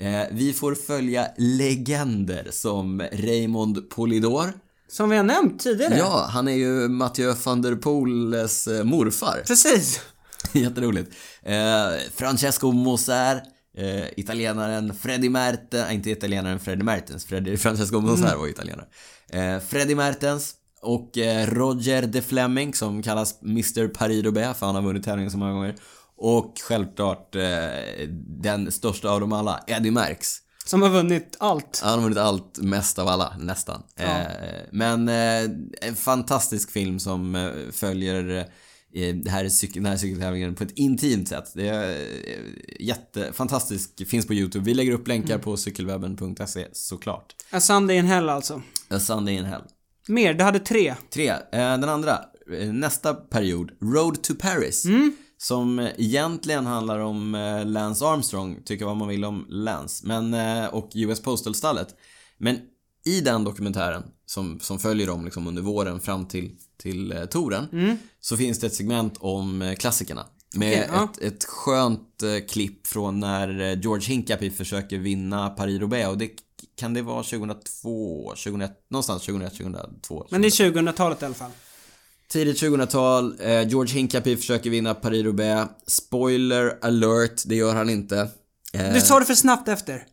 Eh, Vi får följa legender som Raymond Polidor.
Som vi har nämnt tidigare.
Ja, han är ju Mathieu van der Poels eh, morfar.
Precis.
Jätteroligt. Eh, Francesco Moser, eh, italienaren Freddy Mertens, inte italienaren Eh, Freddy Mertens, Freddy, Francesco Moser var italienare. Eh, Freddy Mertens Och eh, Roger de Fleming som kallas Mr Paris Roubaix för han har vunnit tävlingen så många gånger. Och självklart eh, den största av dem alla, Eddie Merckx.
Som har vunnit allt.
Han har vunnit allt, mest av alla, nästan. Eh, men eh, en fantastisk film som eh, följer eh, det här, cyk- den här cykeltävlingen på ett intimt sätt. Det är eh, jätte, fantastisk, finns på YouTube. Vi lägger upp länkar på cykelwebben.se såklart.
A Sunday in Hell alltså.
A Sunday in Hell.
Mer, du hade tre.
Tre, eh, den andra, eh, nästa period, Road to Paris.
Mm.
Som eh, egentligen handlar om eh, Lance Armstrong, tycker vad man vill om Lance, men, eh, och US Postal-stallet. Men i den dokumentären, som, som följer dem liksom under våren fram till, till eh, touren, så finns det ett segment om eh, klassikerna. Med
Mm. Okej, ja.
ett, ett skönt eh, klipp från när eh, George Hincapie försöker vinna Paris-Roubaix och det kan det vara 2002, 2001, någonstans 2001, 2002?
Men det är 2000-talet i alla fall.
Tidigt 2000-tal, eh, George Hincapie försöker vinna Paris-Roubaix. Spoiler alert, det gör han inte. Eh,
Du sa det för snabbt efter.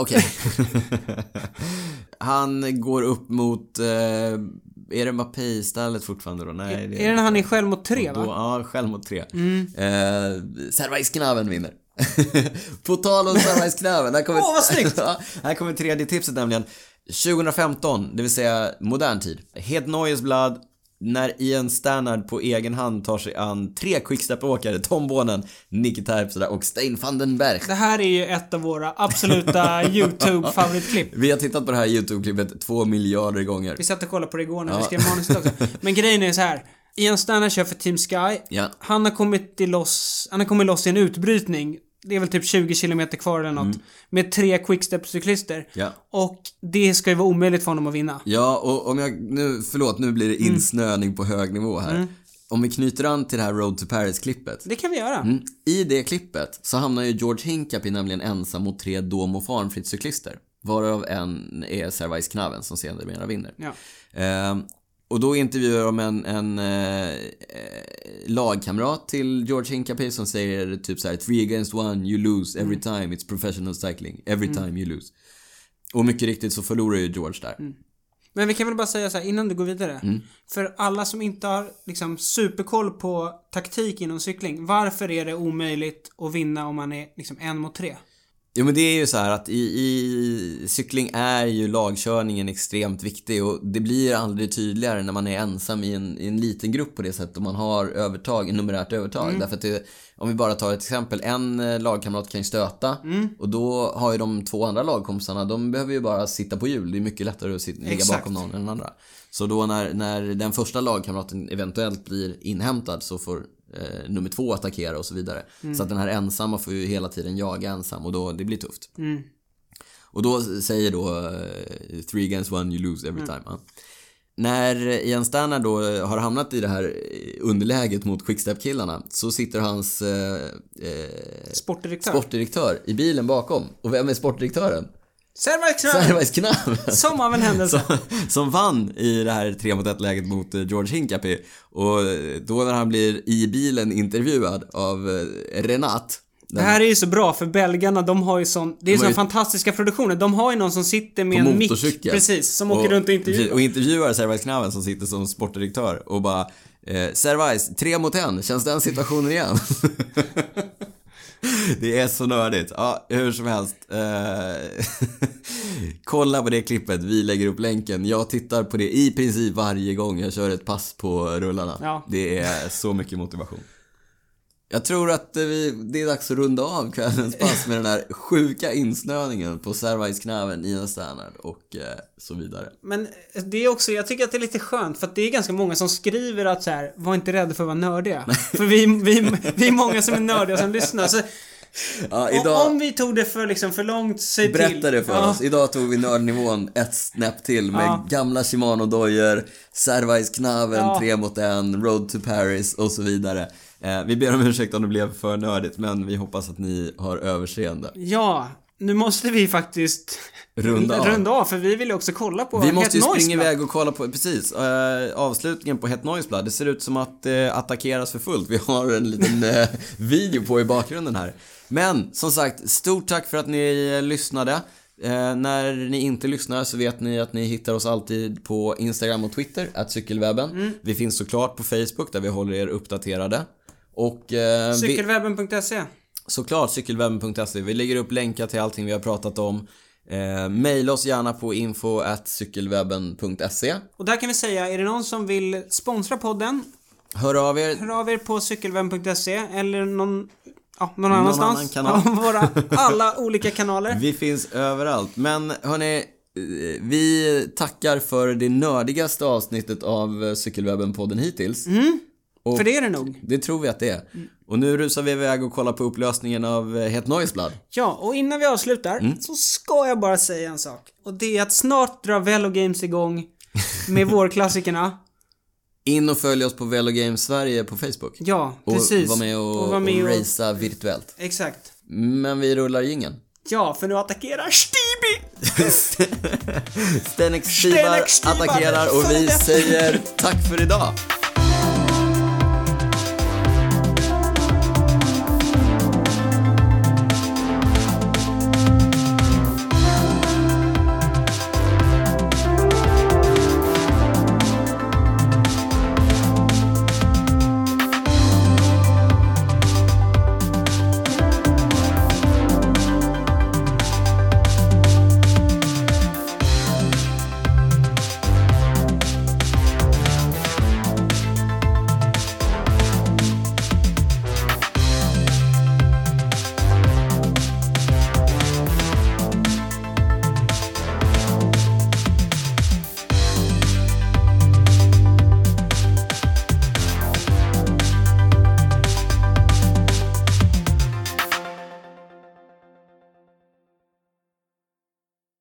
okej. han går upp mot... Eh, är det Mbappé-stallet fortfarande då? Nej,
Är det när han är själv mot tre
då,
va?
Ja, själv mot tre.
Mm.
Eh, Servais Knaven vinner. På tal om Servais Knaven, här kommer...
Åh, vad snyggt!
Ja, här kommer tredje tipset nämligen. 2015, det vill säga modern tid. Het Neues Blad, när Ian Stannard på egen hand tar sig an tre quickstep-åkare, Tom Bonen, Nicky Terpstra och Stein van den Berg.
Det här är ju ett av våra absoluta YouTube-favoritklipp.
Vi har tittat på det här YouTube-klippet två miljarder gånger.
Vi satt och kollade på det igår när vi skrev manuset också. Men grejen är så här. Ian Stanner kör för Team Sky.
Ja.
Han har kommit i loss, han har kommit loss i en utbrytning. Det är väl typ 20 km kvar eller något. Med tre quickstep-cyklister.
Mm. Ja.
Och det ska ju vara omöjligt för honom att vinna.
Ja, och om jag nu, förlåt, nu blir det insnöning på hög nivå här.
Mm.
Om vi knyter an till det här Road to Paris-klippet.
Det kan vi göra.
Mm. I det klippet så hamnar ju George Hincapie nämligen ensam mot tre Domo farmfritt cyklister. Varav en är Servais Knaven som sedermera vinner.
Ja.
Ehm, och då intervjuar de en, en eh, eh, lagkamrat till George Hincapie som säger typ så här: Three against one, you lose every time, it's professional cycling, every time you lose. Och mycket riktigt så förlorar ju George där.
Men vi kan väl bara säga så här innan du går vidare.
Mm.
För alla som inte har liksom superkoll på taktik inom cykling. Varför är det omöjligt att vinna om man är liksom en mot tre?
Jo men det är ju så här att i, i cykling är ju lagkörningen extremt viktig och det blir aldrig tydligare när man är ensam i en, i en liten grupp på det sättet och man har övertag, numerärt övertag. Därför att det, om vi bara tar ett exempel, en eh, lagkamrat kan ju stöta och då har ju de två andra lagkompisarna, de behöver ju bara sitta på hjul. Det är mycket lättare att sit, ligga
Exakt.
bakom någon än den andra. Så då när, när den första lagkamraten eventuellt blir inhämtad så får eh, nummer två attackera och så vidare. Så att den här ensamma får ju hela tiden jaga ensam och då, det blir tufft. Och då säger då eh, “Three against one, you lose every time”. Ja. När Ian Stannard då har hamnat i det här eh, underläget mot Quickstep-killarna så sitter hans eh, eh,
Sportdirektör.
sportdirektör i bilen bakom. Och vem är sportdirektören?
Servax
Servais Knav!
Som av en händelse.
som, som vann i det här 3 mot 1 läget mot eh, George Hincapie. Och eh, då när han blir i bilen intervjuad av eh, Renat.
Det här är ju så bra för belgarna, de har ju sån... Det är ju
har
såna
ju-
fantastiska produktioner. De har ju någon som sitter med
på
en mick.
motorcykel.
Precis, som åker runt och intervjuar.
Och intervjuar Servais Knaven som sitter som sportdirektör och bara eh, Servais, tre mot en, känns den situationen igen? Det är så nördigt. Ja, hur som helst. Eh, kolla på det klippet, vi lägger upp länken. Jag tittar på det i princip varje gång jag kör ett pass på rullarna.
Ja.
Det är så mycket motivation. Jag tror att eh, vi, det är dags att runda av kvällens pass med den här sjuka insnöningen på Servais Knaven, Ian Stannard och eh, så vidare.
Men eh, det är också, jag tycker att det är lite skönt för att det är ganska många som skriver att så här, var inte rädda för att vara nördiga. för vi, vi, vi är många som är nördiga som lyssnar. Så
Ja,
om-
idag,
om vi tog det för, liksom, för långt, säg till.
berätta det för
Ja.
oss. Idag tog vi nördnivån ett snäpp till med
Ja.
gamla shimano dojor Servais Knaven,
Ja.
tre mot en, Road to Paris och så vidare. Eh, vi ber om ursäkt om det blev för nördigt, men vi hoppas att ni har överseende.
Ja, nu måste vi faktiskt
Runda av.
runda av för vi vill ju också kolla på
Vi måste ju
Het Noise
springa
Club.
iväg och kolla på, precis, eh, avslutningen på Het Noise Blood. Det ser ut som att eh, attackeras för fullt. Vi har en liten eh, video på i bakgrunden här. Men som sagt, stort tack för att ni eh, lyssnade. Eh, när ni inte lyssnar så vet ni att ni hittar oss alltid på Instagram och Twitter, att cykelwebben. Vi finns såklart på Facebook där vi håller er uppdaterade. Och eh, vi,
Cykelwebben.se.
såklart cykelwebben.se. E. Vi lägger upp länkar till allting vi har pratat om. Eh, maila oss gärna på info at cykelwebben.se.
Och där kan vi säga, är det någon som vill sponsra podden?
Hör av er.
Hör av er på cykelwebben.se eller någon, ja, någon annanstans.
annan kanal.
Ja, Våra alla olika kanaler.
Vi finns överallt. Men hörni, eh, vi tackar för det nördigaste avsnittet av eh, Cykelwebben-podden hittills.
Mm.
Och-
För det är det nog.
Det tror vi att det är.
Mm.
Och nu rusar vi iväg och kollar på upplösningen av eh, Het Noiseblad.
Ja, och innan vi avslutar
Mm.
så ska jag bara säga en sak. Och det är att snart drar Velo Games igång med vårklassikerna.
In och följ oss på Velo Games Sverige på Facebook.
Ja,
och
precis.
var med och, och,
var med och-
racea virtuellt.
Exakt.
Men vi rullar ingen.
Ja, för nu attackerar Stibi!
Stenex Stibar
Stenex Stibar,
attackerar och vi
före detta.
säger tack för idag.